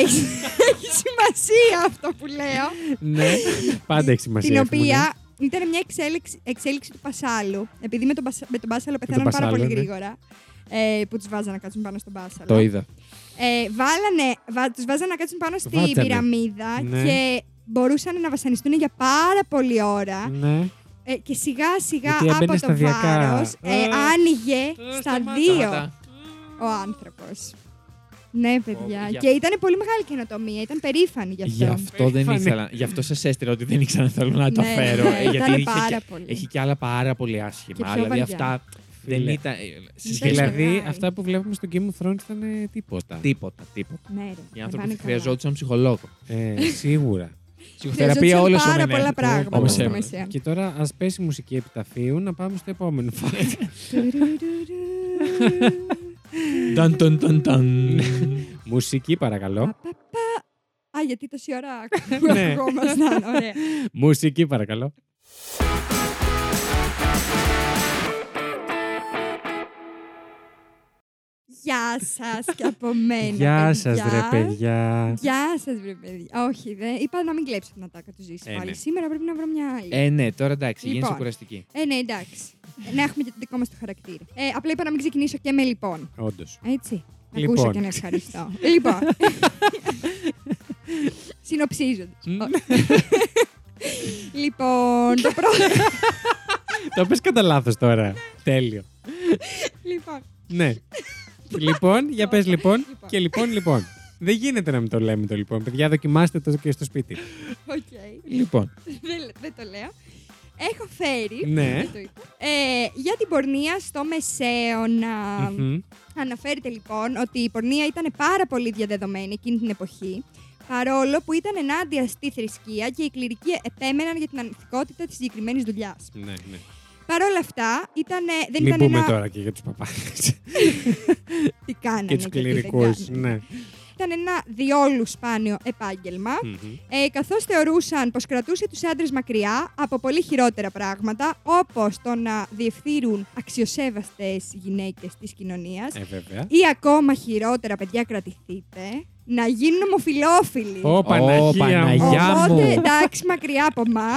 Speaker 2: έχει, έχει σημασία αυτό που λέω.
Speaker 1: ναι. Πάντα έχει σημασία.
Speaker 2: την
Speaker 1: έχουμε, ναι.
Speaker 2: οποία ήταν μια εξέλιξη, εξέλιξη του Πασάλου. Επειδή με τον, Πασα- με τον Πάσαλο πεθάναν πάρα
Speaker 1: Πασάλο,
Speaker 2: πολύ
Speaker 1: ναι.
Speaker 2: γρήγορα. Ε, που τους βάζανε να κάτσουν πάνω στον Πάσαλο.
Speaker 3: Το είδα.
Speaker 2: Ε, βάλανε, βα, τους βάζανε να κάτσουν πάνω στην
Speaker 1: Βάτσανε.
Speaker 2: πυραμίδα
Speaker 1: Ναι.
Speaker 2: και μπορούσαν να βασανιστούν για πάρα πολλή ώρα.
Speaker 1: Ναι.
Speaker 2: Ε, και σιγά σιγά
Speaker 1: Γιατί
Speaker 2: από
Speaker 1: έμπαινε
Speaker 2: το
Speaker 1: σταδιακά.
Speaker 2: βάρος ε,
Speaker 1: Ε,
Speaker 2: άνοιγε
Speaker 1: ε,
Speaker 2: στα
Speaker 1: σταμάτα.
Speaker 2: δύο ο άνθρωπος. Ναι, παιδιά.
Speaker 3: Ω, για-
Speaker 2: Και ήταν πολύ μεγάλη καινοτομία. Ήταν περήφανη γι' αυτό.
Speaker 3: Γι' αυτό δεν
Speaker 1: Φανεί.
Speaker 3: ήθελα. Γι' αυτό σας έστειλα ότι δεν ήξερα αν θέλω να τα
Speaker 2: Ναι,
Speaker 3: φέρω.
Speaker 2: ναι,
Speaker 3: ε,
Speaker 2: ήταν
Speaker 3: Γιατί είχε
Speaker 2: πάρα
Speaker 3: και-
Speaker 2: πολύ.
Speaker 3: έχει και άλλα πάρα πολύ
Speaker 2: Και
Speaker 3: άσχημα.
Speaker 2: πιο
Speaker 3: Δηλαδή
Speaker 2: βαριά.
Speaker 3: αυτά δεν
Speaker 1: Φίλε.
Speaker 3: ήταν. ε, σε σχέση με
Speaker 1: Δηλαδή,
Speaker 2: Σκυλάει.
Speaker 1: αυτά που βλέπουμε στο Game of Thrones ήταν ε, τίποτα.
Speaker 3: Τίποτα, τίποτα.
Speaker 2: Ναι, ρε,
Speaker 3: Οι
Speaker 2: να
Speaker 3: άνθρωποι
Speaker 2: πάνε καλά.
Speaker 3: χρειαζόντουσαν ψυχολόγο.
Speaker 1: Ε, σίγουρα.
Speaker 3: Ψυχοθεραπεία
Speaker 2: Χρειαζόντουσαν
Speaker 3: όλο ο
Speaker 2: πάρα
Speaker 3: Μενέλ.
Speaker 2: πολλά πράγματα
Speaker 3: Όμως,
Speaker 2: στο
Speaker 3: ε,
Speaker 2: Μεσαίωνα.
Speaker 1: Και τώρα, ας πέσει η μουσική επιταφείου να πάμε στο επόμενο fact.
Speaker 3: Ταν, ταν, ταν, ταν.
Speaker 2: Λοιπόν.
Speaker 1: μουσική, παρακαλώ.
Speaker 2: Παπαπα. Α, γιατί τόση ώρα
Speaker 1: Ναι.
Speaker 2: ακουγόμασταν. Ωραία.
Speaker 1: μουσική, παρακαλώ.
Speaker 2: Γεια σας και από μένα.
Speaker 1: Γεια σα, ρε παιδιά.
Speaker 2: Γεια σας, ρε παιδιά. Όχι, δεν. Είπα να μην κλέψω την ατάκα τους ζήσεις
Speaker 1: Ε,
Speaker 2: πάλι.
Speaker 1: ναι.
Speaker 2: Σήμερα πρέπει να βρω μια άλλη.
Speaker 3: Ε, ναι, τώρα εντάξει,
Speaker 2: Λοιπόν.
Speaker 3: γίνεσαι κουραστική.
Speaker 2: Ε, ναι, εντάξει. Ε, να έχουμε και το δικό μας το χαρακτήρα. Ε, απλά είπα να μην ξεκινήσω και με λοιπόν.
Speaker 1: Όντως.
Speaker 2: Έτσι. Να
Speaker 1: Λοιπόν.
Speaker 2: Ακούσω και να ευχαριστώ. λοιπόν. Συνοψίζοντα. λοιπόν, το πρώτο.
Speaker 1: Το πες κατά λάθος τώρα. Τέλειο.
Speaker 2: λοιπόν.
Speaker 1: Ναι. λοιπόν, για πες λοιπόν.
Speaker 2: Λοιπόν.
Speaker 1: και λοιπόν, λοιπόν. Δεν γίνεται να μην το λέμε το λοιπόν. Παιδιά, δοκιμάστε το και στο σπίτι.
Speaker 2: Οκ.
Speaker 3: Λοιπόν,
Speaker 2: δεν, δεν το λέω. Έχω φέρει.
Speaker 1: Ναι.
Speaker 2: δεν το είπα, ε, για την πορνεία στο Μεσαίωνα.
Speaker 1: Μμμ.
Speaker 2: Αναφέρεται λοιπόν ότι η πορνεία ήταν πάρα πολύ διαδεδομένη εκείνη την εποχή. Παρόλο που ήταν ενάντια στη θρησκεία και οι κληρικοί επέμεναν για την ανηθικότητα της συγκεκριμένης δουλειάς.
Speaker 1: Ναι, ναι.
Speaker 2: Παρ' όλα αυτά, ήταν, ε, δεν
Speaker 1: Μην
Speaker 2: ήταν
Speaker 1: πούμε
Speaker 2: ένα.
Speaker 1: τώρα και για τους παπάδες
Speaker 2: Τι κάνανε
Speaker 1: και τους
Speaker 2: ναι, και τι δεν
Speaker 1: κληρικούς.
Speaker 2: κάνανε.
Speaker 1: Ναι.
Speaker 2: Ήταν ένα διόλου σπάνιο επάγγελμα.
Speaker 1: Μμμ.
Speaker 2: ε, καθώς θεωρούσαν πως κρατούσε τους άντρες μακριά από πολύ χειρότερα πράγματα, όπως το να διευθύνουν αξιοσέβαστες γυναίκες της κοινωνίας,
Speaker 1: Ε, βέβαια.
Speaker 2: ή ακόμα χειρότερα, παιδιά, κρατηθείτε, να γίνουν ομοφυλόφιλοι.
Speaker 1: Ω, Παναγία,
Speaker 3: Ω, Παναγία.
Speaker 1: μου.
Speaker 3: γεια
Speaker 2: Οπότε,
Speaker 3: μου.
Speaker 2: εντάξει, μακριά από εμάς,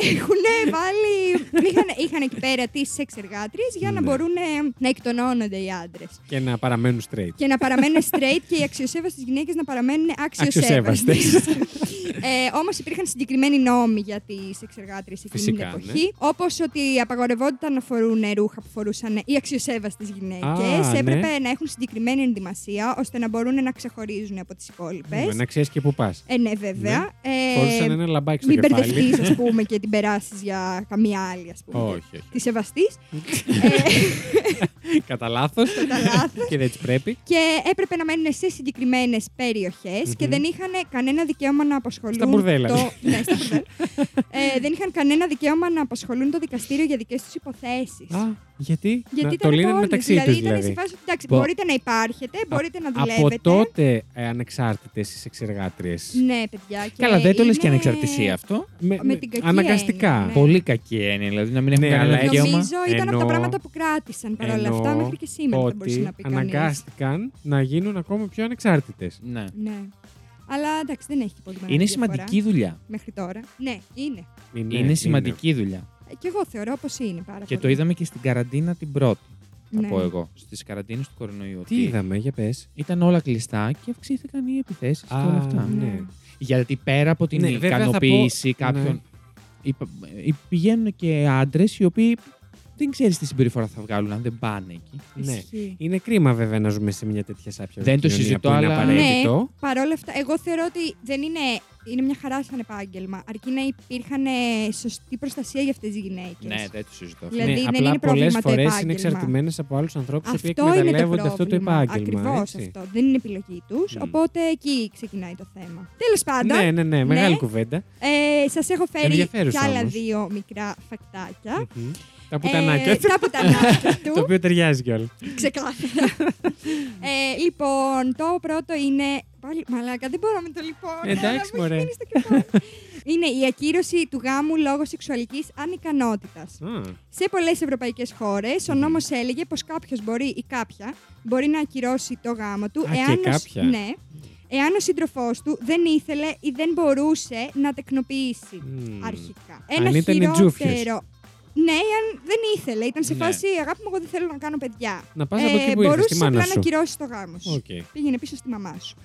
Speaker 2: έχουν βάλει. είχαν, είχαν εκεί πέρα τις σεξ εργάτριε για να
Speaker 1: Ναι.
Speaker 2: μπορούν ε, να εκτονώνονται οι άντρες.
Speaker 1: Και να παραμένουν straight.
Speaker 2: Και να παραμένουν straight και οι αξιοσέβαστες γυναίκες να παραμένουν αξιοσέβαστες.
Speaker 1: Αξιοσέβαστες.
Speaker 2: ε, Όμως υπήρχαν συγκεκριμένοι νόμοι για τις εξεργάτριες εκείνη την
Speaker 1: Φυσικά, ναι.
Speaker 2: εποχή. Όπως ότι απαγορευόταν να φορούν ρούχα που φορούσαν οι αξιοσέβαστες γυναίκες.
Speaker 1: Α, ναι.
Speaker 2: Έπρεπε να έχουν συγκεκριμένη ενδυμασία ώστε να μπορούν να ξεχωρίζουν από τις υπόλοιπες.
Speaker 1: Ναι, Να ξέρεις και πού πας.
Speaker 2: Ε, ναι, βέβαια.
Speaker 1: Φορούσαν
Speaker 2: Ε,
Speaker 1: ένα λαμπάκι στο
Speaker 2: μην
Speaker 1: κεφάλι.
Speaker 2: μπερδευτείς, ας πούμε, και την περάσεις για καμία άλλη, ας πούμε.
Speaker 1: Όχι, όχι.
Speaker 2: Τη Ε, σεβαστή.
Speaker 1: Κατά λάθος.
Speaker 2: Ε. Κατά λάθος.
Speaker 1: Και δεν τη πρέπει.
Speaker 2: Και έπρεπε να μένουν σε συγκεκριμένες και
Speaker 1: Μμμ.
Speaker 2: δεν είχαν κανένα δικαίωμα να απασχολούν.
Speaker 1: Στα μπουρδέλα.
Speaker 2: Το... ναι, στα μπουρδέλα. ε, δεν είχαν κανένα δικαίωμα να απασχολούν το δικαστήριο για δικές τους υποθέσεις.
Speaker 1: Α, γιατί,
Speaker 2: Γιατί
Speaker 1: να, το
Speaker 2: ήταν
Speaker 1: λύνανε
Speaker 2: πόρνη.
Speaker 1: μεταξύ
Speaker 2: δηλαδή,
Speaker 1: τους
Speaker 2: Ήταν
Speaker 1: δηλαδή.
Speaker 2: σε φάση, ότι, εντάξει,
Speaker 1: Μπο-
Speaker 2: μπορείτε να υπάρχετε, μπορείτε να δουλεύετε.
Speaker 1: Από τότε ε, ανεξάρτητες οι εξεργάτριες.
Speaker 2: Ναι, παιδιά. Και
Speaker 3: καλά, δεν το λες και
Speaker 2: είναι- Ναι.
Speaker 3: ανεξαρτησία αυτό.
Speaker 1: Με,
Speaker 2: με την κακή
Speaker 1: αναγκαστικά.
Speaker 2: έννοια, ναι.
Speaker 3: Πολύ κακή έννοια, δηλαδή να μην έχουν
Speaker 1: Ναι,
Speaker 3: κανένα
Speaker 1: αλλά έτσι-
Speaker 3: δικαίωμα.
Speaker 2: Νομίζω ήταν από τα
Speaker 1: Εννοώ-
Speaker 2: πράγματα που κράτησαν παρόλα αυτά
Speaker 1: Εννοώ
Speaker 2: μέχρι και σήμερα. Δεν μπορούσε
Speaker 1: ότι
Speaker 2: να πει κανείς.
Speaker 1: αναγκάστηκαν να γίνουν ακόμα πιο ανεξάρτητες.
Speaker 3: Ναι.
Speaker 2: Ναι. Αλλά εντάξει, δεν έχει και πολύ μεγάλη
Speaker 3: Είναι
Speaker 2: διαφορά
Speaker 3: σημαντική δουλειά.
Speaker 2: Μέχρι τώρα. Ναι, είναι.
Speaker 1: ναι,
Speaker 3: είναι σημαντική δουλειά.
Speaker 2: Ε, Και εγώ θεωρώ πως είναι πάρα
Speaker 3: Και
Speaker 2: πολύ.
Speaker 3: το είδαμε και στην καραντίνα την πρώτη. Θα
Speaker 2: Ναι.
Speaker 3: πω εγώ. Στις καραντίνες του κορονοϊού.
Speaker 1: Τι
Speaker 3: ότι
Speaker 1: είδαμε, για πες.
Speaker 3: Ήταν όλα κλειστά και αυξήθηκαν οι επιθέσεις και όλα αυτά.
Speaker 2: ναι.
Speaker 3: Γιατί πέρα από την
Speaker 1: Ναι, βέβαια θα
Speaker 3: ικανοποίηση
Speaker 1: πω-
Speaker 3: κάποιων.
Speaker 1: ναι.
Speaker 3: υπα- ε, Πηγαίνουν και άντρες οι οποίοι δεν ξέρεις τι συμπεριφορά θα βγάλουν αν δεν πάνε εκεί.
Speaker 1: Ναι.
Speaker 2: Ισχύει.
Speaker 1: Είναι κρίμα βέβαια να ζούμε σε μια τέτοια σάπια
Speaker 3: Δεν το
Speaker 1: κοινωνία
Speaker 3: συζητώ,
Speaker 1: που είναι
Speaker 3: αλλά-
Speaker 1: απαραίτητο.
Speaker 2: Παρ' όλα αυτά, εγώ θεωρώ ότι δεν είναι. Είναι μια χαρά σαν επάγγελμα, αρκεί να υπήρχαν σωστή προστασία για αυτές τι γυναίκες.
Speaker 3: Ναι, δεν το συζητώ.
Speaker 2: Δηλαδή,
Speaker 1: ναι,
Speaker 2: δεν
Speaker 1: απλά
Speaker 2: είναι
Speaker 1: πολλές
Speaker 2: πρόβλημα το
Speaker 1: φορές είναι
Speaker 2: επάγγελμα.
Speaker 1: εξαρτημένες από άλλους ανθρώπους οι οποίοι
Speaker 2: Αυτό είναι το
Speaker 1: εκμεταλλεύονται
Speaker 2: πρόβλημα.
Speaker 1: αυτό το επάγγελμα.
Speaker 2: Ακριβώς
Speaker 1: έτσι.
Speaker 2: αυτό. Δεν είναι επιλογή τους.
Speaker 3: Μμμ.
Speaker 2: Οπότε εκεί ξεκινάει το θέμα. Τέλος πάντων,
Speaker 1: Ναι, ναι, ναι, μεγάλη
Speaker 2: Ναι.
Speaker 1: κουβέντα.
Speaker 2: ε, σας έχω φέρει κι
Speaker 1: Ενδιαφέρουσα
Speaker 2: άλλα
Speaker 1: όμως.
Speaker 2: δύο μικρά φακτάκια.
Speaker 1: Μμμ. Τα πουτανάκια.
Speaker 2: Ε, τα πουτανάκια
Speaker 1: Το
Speaker 2: του.
Speaker 1: οποίο ταιριάζει κιόλας.
Speaker 2: Ξεκάθαρα. ε, λοιπόν, το πρώτο είναι. Πάλι, μαλάκα, δεν μπορώ με το λοιπόν.
Speaker 1: Εντάξει,
Speaker 2: αλλά μου έχει
Speaker 1: μωρέ.
Speaker 2: μείνει στο κεφάλι. είναι η ακύρωση του γάμου λόγω σεξουαλικής ανικανότητας. Σε πολλές ευρωπαϊκές χώρες, ο
Speaker 1: Μμμ.
Speaker 2: νόμος έλεγε πως κάποιος μπορεί ή κάποια μπορεί να ακυρώσει το γάμο του
Speaker 1: Α, και
Speaker 2: ο σ-
Speaker 1: κάποια.
Speaker 2: ναι, εάν ο σύντροφός του δεν ήθελε ή δεν μπορούσε να τεκνοποιήσει αρχικά. Ένα
Speaker 1: Αν ήταν οι τζούφιες.
Speaker 2: χειρότερο. Ναι, αν δεν ήθελε, ήταν σε
Speaker 3: Ναι.
Speaker 2: φάση αγάπη μου, εγώ δεν θέλω να κάνω παιδιά.
Speaker 1: Να πας από εκεί που ήρθες,
Speaker 2: μπορούσες
Speaker 1: στη μάνα
Speaker 2: Ε, απλά να
Speaker 1: σου.
Speaker 2: κυρώσεις το γάμος σου.
Speaker 1: Οκ.
Speaker 2: Πήγαινε πίσω στη μαμά σου.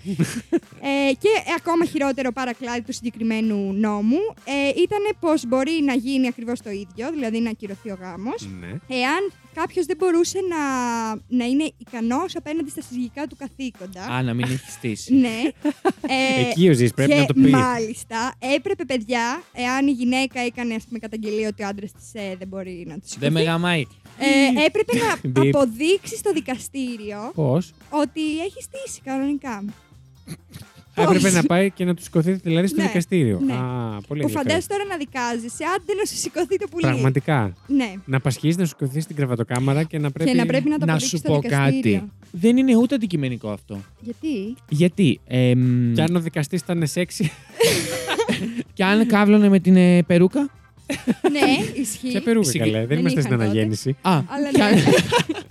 Speaker 2: ε, και ακόμα χειρότερο παρακλάδι του συγκεκριμένου νόμου ε, ήταν πως μπορεί να γίνει ακριβώς το ίδιο, δηλαδή να ακυρωθεί ο γάμος,
Speaker 1: Ναι.
Speaker 2: εάν κάποιος δεν μπορούσε να, να είναι ικανός απέναντι στα συλλογικά του καθήκοντα.
Speaker 3: Α, να μην έχει στήσει.
Speaker 2: ναι. Ε,
Speaker 1: Εκεί ο Ζης πρέπει
Speaker 2: και
Speaker 1: να το πει.
Speaker 2: Μάλιστα, έπρεπε παιδιά, εάν η γυναίκα έκανε ας πούμε, καταγγελία ότι ο άντρας της δεν μπορεί να του σηκωθεί,
Speaker 3: Δεν με γαμάει.
Speaker 2: ε, έπρεπε να
Speaker 1: Μπιπ.
Speaker 2: αποδείξει στο δικαστήριο
Speaker 1: Πώς.
Speaker 2: ότι έχει στήσει κανονικά.
Speaker 1: Έπρεπε να πάει και να του σηκωθεί δηλαδή στο
Speaker 2: Ναι,
Speaker 1: δικαστήριο.
Speaker 2: ναι.
Speaker 1: Α, πολύ
Speaker 2: Που
Speaker 1: ενδιαφέρον.
Speaker 2: φαντάζεσαι τώρα να δικάζεσαι, άντε να σου σηκωθεί το πουλί.
Speaker 1: Πραγματικά.
Speaker 2: Ναι.
Speaker 1: Να πασχίζεις να σου σηκωθεί στην κρεβατοκάμαρα και να πρέπει.
Speaker 2: Και να πρέπει να το
Speaker 3: Να
Speaker 2: αποδείξεις
Speaker 3: σου
Speaker 2: στο
Speaker 3: πω
Speaker 2: δικαστήριο.
Speaker 3: κάτι. Δεν είναι ούτε αντικειμενικό αυτό.
Speaker 2: Γιατί?
Speaker 3: Γιατί. εμ,
Speaker 1: Και αν ο δικαστής ήταν σεξι.
Speaker 3: και αν κάβλωνε με την ε, περούκα.
Speaker 2: ναι,
Speaker 1: Σε
Speaker 2: ισχύει.
Speaker 1: περούγα
Speaker 3: Συγκρι-
Speaker 1: καλέ. Δεν
Speaker 2: Δεν
Speaker 1: είμαστε
Speaker 2: είχαν
Speaker 1: στην
Speaker 2: τότε.
Speaker 1: αναγέννηση.
Speaker 3: Α,
Speaker 2: Αλλά
Speaker 3: κι
Speaker 2: ναι,
Speaker 3: αν-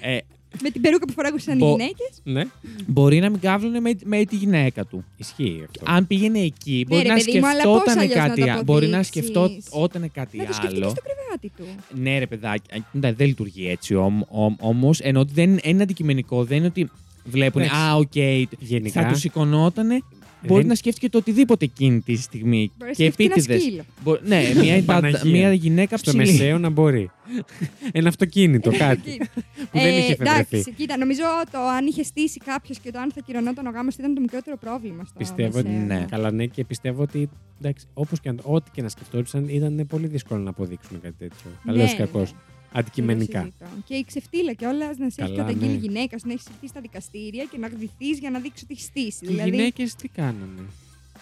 Speaker 3: ε,
Speaker 2: με την περούκα που φοράγουσαν οι
Speaker 3: Μπο-
Speaker 2: γυναίκες.
Speaker 1: Ναι.
Speaker 3: μπορεί να μην κάβλωνε με, με τη γυναίκα του.
Speaker 1: Ισχύει αυτό.
Speaker 3: Αν πήγαινε εκεί, μπορεί
Speaker 2: Ναι, ρε,
Speaker 3: να
Speaker 2: παιδί μου, αλλά πώς
Speaker 3: σκεφτόταν
Speaker 2: αλλιώς να
Speaker 3: κάτι
Speaker 2: το
Speaker 3: άλλο. Μπορεί να
Speaker 2: αποδείξεις.
Speaker 3: σκεφτόταν κάτι
Speaker 2: Να το σκεφτείς και
Speaker 3: άλλο.
Speaker 2: στο κρεβάτι του.
Speaker 3: Ναι, ρε παιδάκι, α, κοίτα, δεν λειτουργεί έτσι όμως. Ενώ ότι δεν είναι αντικειμενικό, δεν είναι ότι βλέπουν.
Speaker 1: Εντάξει.
Speaker 3: Α, οκ,
Speaker 1: Γενικά.
Speaker 3: θα τους σηκωνότανε. Μπορεί να σκέφτηκε το οτιδήποτε εκείνη τη στιγμή.
Speaker 2: Μπορεί να
Speaker 3: και
Speaker 2: σκεφτεί ένα
Speaker 3: επίτηδες.
Speaker 2: σκύλο.
Speaker 3: Ναι, μια,
Speaker 1: Παναγία.
Speaker 3: μια γυναίκα
Speaker 1: Στο
Speaker 3: ψηλή.
Speaker 1: μεσαίο να μπορεί. Ένα αυτοκίνητο, κάτι. Που δεν είχε εφευρεθεί.
Speaker 2: Ε, Εντάξει, κοίτα, νομίζω το αν είχε στήσει κάποιος και το αν θα κυρωνόταν ο γάμος ήταν το μικρότερο πρόβλημα στο
Speaker 1: Πιστεύω ότι
Speaker 2: μεσαίο.
Speaker 3: ναι.
Speaker 1: Καλά, ναι, και πιστεύω ότι. Εντάξει, όπως και αν, ό,τι και να σκεφτόντουσαν, ήταν πολύ δύσκολο να αποδείξουν κάτι τέτοιο. Καλό ή
Speaker 2: ναι,
Speaker 1: κακός.
Speaker 2: ναι.
Speaker 1: Αντικειμενικά.
Speaker 2: Δεν το συζητώ. Και η ξεφτύλα κιόλα να σε έχει
Speaker 1: Καλά,
Speaker 2: καταγγείλει
Speaker 1: ναι.
Speaker 2: γυναίκα, να έχει συρθεί στα δικαστήρια και να γδυθεί για να δείξει ότι έχεις στήσει.
Speaker 1: Και οι
Speaker 2: δηλαδή,
Speaker 1: γυναίκες τι κάνανε.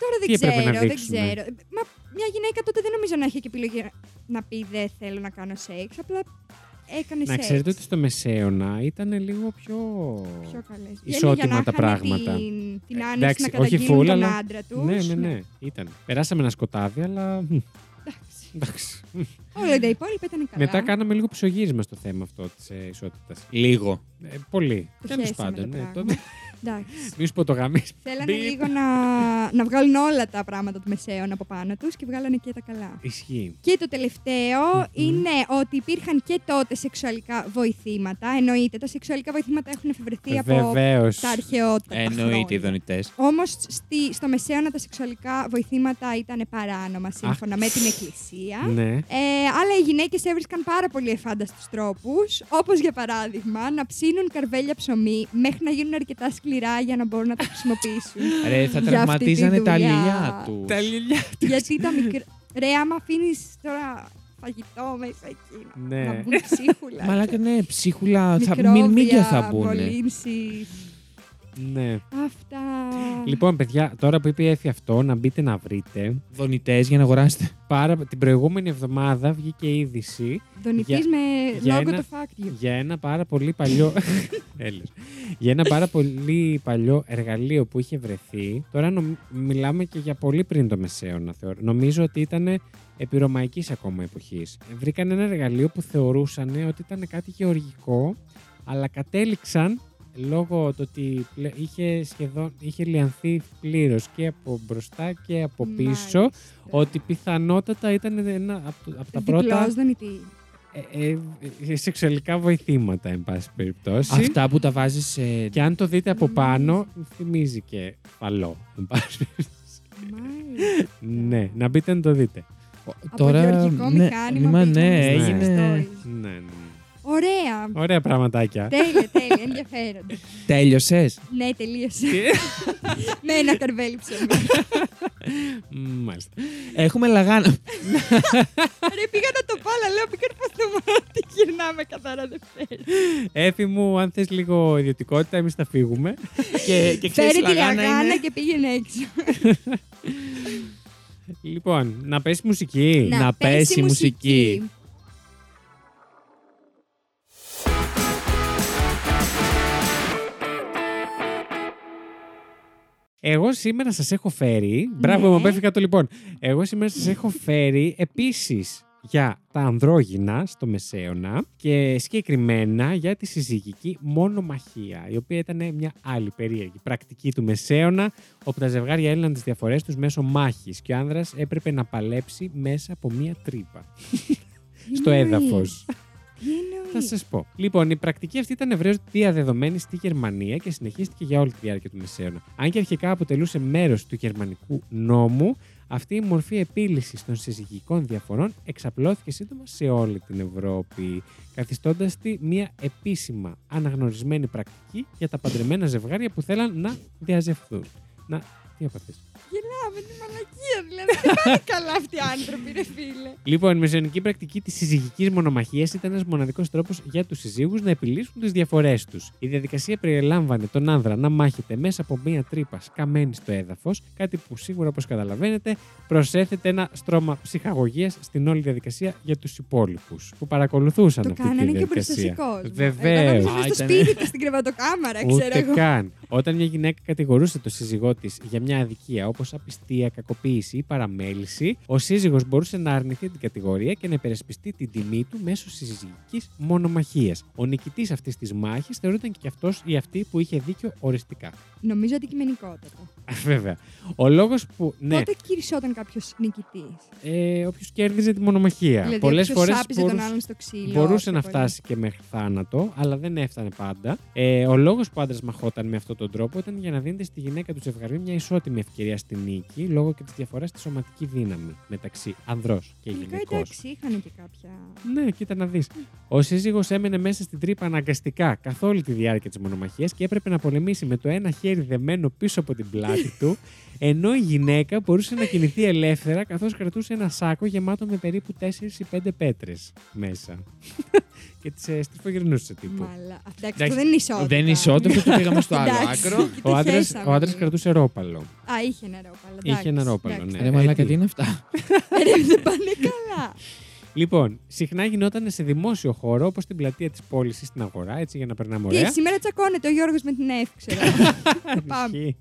Speaker 2: τώρα δεν
Speaker 1: τι έπρεπε να
Speaker 2: ξέρω, δεν
Speaker 1: δείξουνε?
Speaker 2: ξέρω. Μα μια γυναίκα τότε δεν νομίζω να έχει και επιλογή να- να πει Δεν θέλω να κάνω σεξ. Απλά έκανε
Speaker 1: Να
Speaker 2: σεξ.
Speaker 1: ξέρετε ότι στο μεσαίωνα ήταν λίγο πιο.
Speaker 2: Πιο καλές.
Speaker 1: ισότιμα
Speaker 2: Λένε για να
Speaker 1: τα
Speaker 2: χάνε
Speaker 1: πράγματα.
Speaker 2: Την, την
Speaker 1: Ε,
Speaker 2: άνεση
Speaker 1: εντάξει,
Speaker 2: να
Speaker 1: όχι
Speaker 2: καταγγείλουν
Speaker 1: full,
Speaker 2: τον
Speaker 1: αλλά-
Speaker 2: άντρα τους.
Speaker 1: Ναι, ναι, ναι. Ήταν. Περάσαμε ένα σκοτάδι, αλλά. μ, Εντάξει.
Speaker 2: Όλα τα υπόλοιπα ήταν καλά.
Speaker 1: Μετά κάναμε λίγο ψωγύρισμα στο θέμα αυτό της ε, ισότητας.
Speaker 3: Λίγο.
Speaker 1: Ε, πολύ.
Speaker 2: Το
Speaker 1: Τέλος
Speaker 2: χέσαμε
Speaker 1: πάντων.
Speaker 2: το
Speaker 1: Ναι, το...
Speaker 2: πράγμα. Εντάξει.
Speaker 1: Μη σου πω το γαμίσμα.
Speaker 2: Θέλανε
Speaker 1: Μπιπ.
Speaker 2: λίγο να, να βγάλουν όλα τα πράγματα του μεσαίων από πάνω τους και βγάλανε και τα καλά.
Speaker 1: Ισχύει.
Speaker 2: Και το τελευταιο
Speaker 1: Μμμ.
Speaker 2: είναι ότι υπήρχαν και τότε σεξουαλικά βοηθήματα. Εννοείται, τα σεξουαλικά βοηθήματα έχουν εφευρεθεί
Speaker 1: Ε,
Speaker 2: από
Speaker 1: Βεβαίως.
Speaker 2: τα αρχαιότητα.
Speaker 3: Εννοείται οι δονητές.
Speaker 2: Όμως στο μεσαίωνα τα σεξουαλικά βοηθήματα ήταν παράνομα σύμφωνα με την Εκκλησία.
Speaker 1: Ναι.
Speaker 2: Ε, αλλά οι γυναίκες έβρισκαν πάρα πολύ εφάνταστους τρόπους, όπως για παράδειγμα να ψήνουν καρβέλια ψωμί μέχρι να γίνουν αρκετά σκληρά για να μπορούν να τα χρησιμοποιήσουν.
Speaker 3: Ρε, θα
Speaker 2: αυτή τη
Speaker 3: τραυματίζανε τα
Speaker 2: δουλειά.
Speaker 3: λιλιά τους.
Speaker 1: Τα λιλιά.
Speaker 2: Γιατί τα μικρά. Ρε, άμα αφήνεις τώρα φαγητό μέσα εκεί. να-
Speaker 1: Ναι.
Speaker 2: Να μπουν ψίχουλα.
Speaker 3: Μαλάκα, ναι, ψίχουλα. Θα,
Speaker 2: Μικρόβια,
Speaker 3: μυ- μύκια θα μπουν.
Speaker 2: μολύνσεις.
Speaker 1: Ναι.
Speaker 2: Αυτά.
Speaker 1: Λοιπόν, παιδιά, τώρα που είπε η Εφη αυτό, να μπείτε να βρείτε.
Speaker 3: Δονητές για να αγοράσετε.
Speaker 1: Πάρα... Την προηγούμενη εβδομάδα βγήκε η είδηση
Speaker 2: Δονητής
Speaker 1: για-
Speaker 2: με
Speaker 1: για
Speaker 2: λόγο
Speaker 1: ένα-
Speaker 2: το fact you.
Speaker 1: για ένα πάρα πολύ παλιό. Έλεος. για ένα πάρα πολύ παλιό εργαλείο που είχε βρεθεί. Τώρα νομ- μιλάμε και για πολύ πριν το μεσαίωνα, θεωρώ. Νομίζω ότι ήταν επί ρωμαϊκής ακόμα εποχής. Βρήκαν ένα εργαλείο που θεωρούσαν ότι ήταν κάτι γεωργικό, αλλά κατέληξαν λόγω του ότι πλε- είχε σχεδόν είχε λιανθεί πλήρως και από μπροστά και από πίσω.
Speaker 2: Μάλιστα.
Speaker 1: Ότι πιθανότατα ήταν ένα από, το- από τα
Speaker 2: Διπλός
Speaker 1: πρώτα
Speaker 2: δονητή.
Speaker 1: ε, ε, ε, σεξουαλικά βοηθήματα, εν πάση περιπτώσει.
Speaker 3: Αυτά που τα βάζεις σε.
Speaker 1: Και αν το δείτε από
Speaker 2: Mm.
Speaker 1: πάνω, θυμίζει και φαλό. εν πάση περιπτώσει.
Speaker 2: Μάλιστα.
Speaker 1: ναι, να μπείτε να το δείτε.
Speaker 2: Από γεωργικό μηχάνημα. πήγαμε
Speaker 3: ναι, ναι,
Speaker 2: στις
Speaker 1: έγινε.
Speaker 2: stories.
Speaker 1: Ναι, ναι.
Speaker 2: Ωραία.
Speaker 1: Ωραία πραγματάκια.
Speaker 2: τέλεια, τέλεια, ενδιαφέρον.
Speaker 3: Τέλειωσες.
Speaker 2: ναι, τελείωσε. Με ένα καρβέλι ψωμί.
Speaker 1: Μ, Μάλιστα.
Speaker 3: Έχουμε λαγάνα.
Speaker 2: Ρε, πήγα να το πάω, αλλά λέω πήγα να το μάτι γυρνάμε καθαρά Δευτέρα.
Speaker 1: Έφη μου, αν θες λίγο ιδιωτικότητα, εμείς θα φύγουμε.
Speaker 3: και, και
Speaker 2: Φέρε
Speaker 3: ξέρεις,
Speaker 2: τη
Speaker 3: λαγάνα είναι-
Speaker 2: λαγάνα και πήγαινε έξω.
Speaker 1: Λοιπόν, να πέσει μουσική.
Speaker 3: Να πέσει μουσική.
Speaker 1: Εγώ σήμερα σας έχω φέρει. Μπράβο,
Speaker 2: Ναι.
Speaker 1: μου απέφυγα το λοιπόν. Εγώ σήμερα σας έχω φέρει επίσης για τα ανδρόγυνα στο Μεσαίωνα και συγκεκριμένα για τη συζυγική μονομαχία, η οποία ήταν μια άλλη περίεργη πρακτική του Μεσαίωνα, όπου τα ζευγάρια έλυναν τις διαφορές τους μέσω μάχης και ο άνδρας έπρεπε να παλέψει μέσα από μια τρύπα στο έδαφος.
Speaker 2: Τι εννοείς?
Speaker 1: Θα σας πω. Λοιπόν, η πρακτική αυτή ήταν ευρέως διαδεδομένη στη Γερμανία και συνεχίστηκε για όλη τη διάρκεια του Μεσαίωνα. Αν και αρχικά αποτελούσε μέρος του γερμανικού νόμου, αυτή η μορφή επίλυσης των συζυγικών διαφορών εξαπλώθηκε σύντομα σε όλη την Ευρώπη, καθιστώντας τη μια επίσημα αναγνωρισμένη πρακτική για τα παντρεμένα ζευγάρια που θέλαν να διαζευθούν. Να, τι απαντήσει.
Speaker 2: Γελάμε, είναι μαλακία δηλαδή. Δεν πάνε καλά αυτοί οι άνθρωποι, ρε φίλε.
Speaker 1: Λοιπόν, η μεσαιωνική πρακτική της συζυγικής μονομαχίας ήταν ένας μοναδικός τρόπος για τους συζύγους να επιλύσουν τις διαφορές τους. Η διαδικασία περιλάμβανε τον άνδρα να μάχεται μέσα από μία τρύπα σκαμμένη στο έδαφος, κάτι που σίγουρα, όπως καταλαβαίνετε, προσέθεται ένα στρώμα ψυχαγωγίας στην όλη διαδικασία για τους υπόλοιπους που παρακολουθούσαν
Speaker 2: Το
Speaker 1: αυτή τη
Speaker 2: κάνανε και
Speaker 1: διαδικασία.
Speaker 2: προστασικό. Ε,
Speaker 1: Βεβαίως.
Speaker 3: Α,
Speaker 2: στο
Speaker 3: ήταν-
Speaker 2: σπίτι του, στην κρεβατοκάμαρα, Ε, ξέρω
Speaker 1: Ούτε
Speaker 2: εγώ.
Speaker 1: καν. Όταν μια γυναίκα κατηγορούσε τον σύζυγό της για μια αδικία όπως απιστία, κακοποίηση ή παραμέληση, ο σύζυγος μπορούσε να αρνηθεί την κατηγορία και να υπερασπιστεί την τιμή του μέσω συζυγικής μονομαχίας. Ο νικητής αυτής της μάχης θεωρούνταν και αυτός ή αυτή που είχε δίκιο οριστικά.
Speaker 2: Νομίζω αντικειμενικότατα.
Speaker 1: Βέβαια. Ο λόγος που. Ναι,
Speaker 2: Πότε κηρυσσόταν κάποιος νικητής.
Speaker 1: ε, όποιος κέρδιζε τη μονομαχία.
Speaker 2: Δηλαδή,
Speaker 1: Πολλές
Speaker 2: όποιος
Speaker 1: φορές.
Speaker 2: σάπιζε τον άλλον στο ξύλο.
Speaker 1: Μπορούσε
Speaker 2: πιο
Speaker 1: να
Speaker 2: πολύ.
Speaker 1: φτάσει και μέχρι θάνατο, αλλά δεν έφτανε πάντα. Ε, ο λόγος που άντρας μαχόταν με αυτόν τον τρόπο ήταν για να δίνεται στη γυναίκα του ζευγαριού μια ισότιμη ευκαιρία στη νίκη, λόγω και της διαφοράς στη σωματική δύναμη μεταξύ ανδρός και
Speaker 2: Τελικά
Speaker 1: γυναικός.
Speaker 2: εντάξει, είχαν και κάποια.
Speaker 1: Ναι, κοίτα να δεις. Ο σύζυγος έμενε μέσα στην τρύπα αναγκαστικά καθ' όλη τη διάρκεια της μονομαχίας και έπρεπε να πολεμήσει με το ένα χέρι δεμένο πίσω από την πλάτη του, ενώ η γυναίκα μπορούσε να κινηθεί ελεύθερα καθώς κρατούσε ένα σάκο γεμάτο με περίπου 4 ή 5 πέτρες μέσα. και τις ε, στριφογυρνούσε τύπου.
Speaker 2: Μαλα. Εντάξει,
Speaker 3: Εντάξει,
Speaker 2: αυτό δεν είναι ισότητα.
Speaker 3: Δεν είναι ισότιμο και πήγαμε στο άλλο
Speaker 2: Εντάξει.
Speaker 3: άκρο.
Speaker 1: Ο
Speaker 2: Το
Speaker 1: άντρας-
Speaker 2: χέσαμε
Speaker 1: ο άντρας
Speaker 2: λίγο.
Speaker 1: κρατούσε ρόπαλο.
Speaker 2: Α, είχε νερόπαλο.
Speaker 1: Είχε
Speaker 2: εντάξει,
Speaker 1: νερόπαλο,
Speaker 2: εντάξει.
Speaker 1: ναι.
Speaker 3: Ρε
Speaker 1: Ε,
Speaker 3: μαλάκα,
Speaker 1: τι.
Speaker 3: τι είναι αυτά.
Speaker 2: Ρε, δεν πάνε καλά.
Speaker 1: Λοιπόν, συχνά γινόταν σε δημόσιο χώρο όπως την πλατεία της πόλης ή στην αγορά, έτσι για να περνάμε ωραία.
Speaker 2: Τι, σήμερα τσακώνεται ο Γιώργος με την Εύη, ξέρω. Πάμε.
Speaker 1: Ισχύει.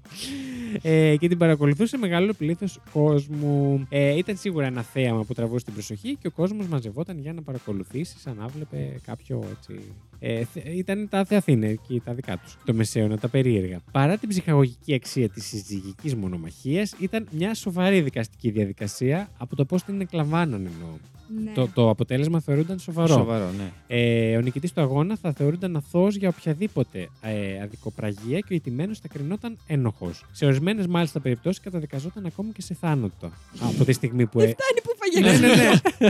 Speaker 1: Ε, και την παρακολουθούσε μεγάλο πλήθος κόσμου. Ε, ήταν σίγουρα ένα θέαμα που τραβούσε την προσοχή και ο κόσμος μαζευόταν για να παρακολουθήσει, σαν να βλέπε κάποιο έτσι. Ε, θε- ήταν τα Θεαθήνε και τα δικά τους. Το Μεσαίωνα, τα περίεργα. Παρά την ψυχαγωγική αξία της συζυγικής μονομαχίας, ήταν μια σοβαρή δικαστική διαδικασία από το πώς την εκλαμβάναν εννοώ.
Speaker 2: Ναι.
Speaker 1: Το, το αποτέλεσμα θεωρούνταν σοβαρό.
Speaker 3: Σοβαρό, ναι.
Speaker 1: Ε, ο νικητής του αγώνα θα θεωρούνταν αθώος για οποιαδήποτε ε, αδικοπραγία και ο ιτημένο θα κρινόταν ένοχος. Σε ορισμένες μάλιστα περιπτώσεις καταδικαζόταν ακόμη και σε θάνατο. από τη στιγμή που.
Speaker 2: Δεν
Speaker 1: ε,
Speaker 2: φτάνει που
Speaker 1: ναι,
Speaker 2: φαγε.
Speaker 1: ναι, ναι.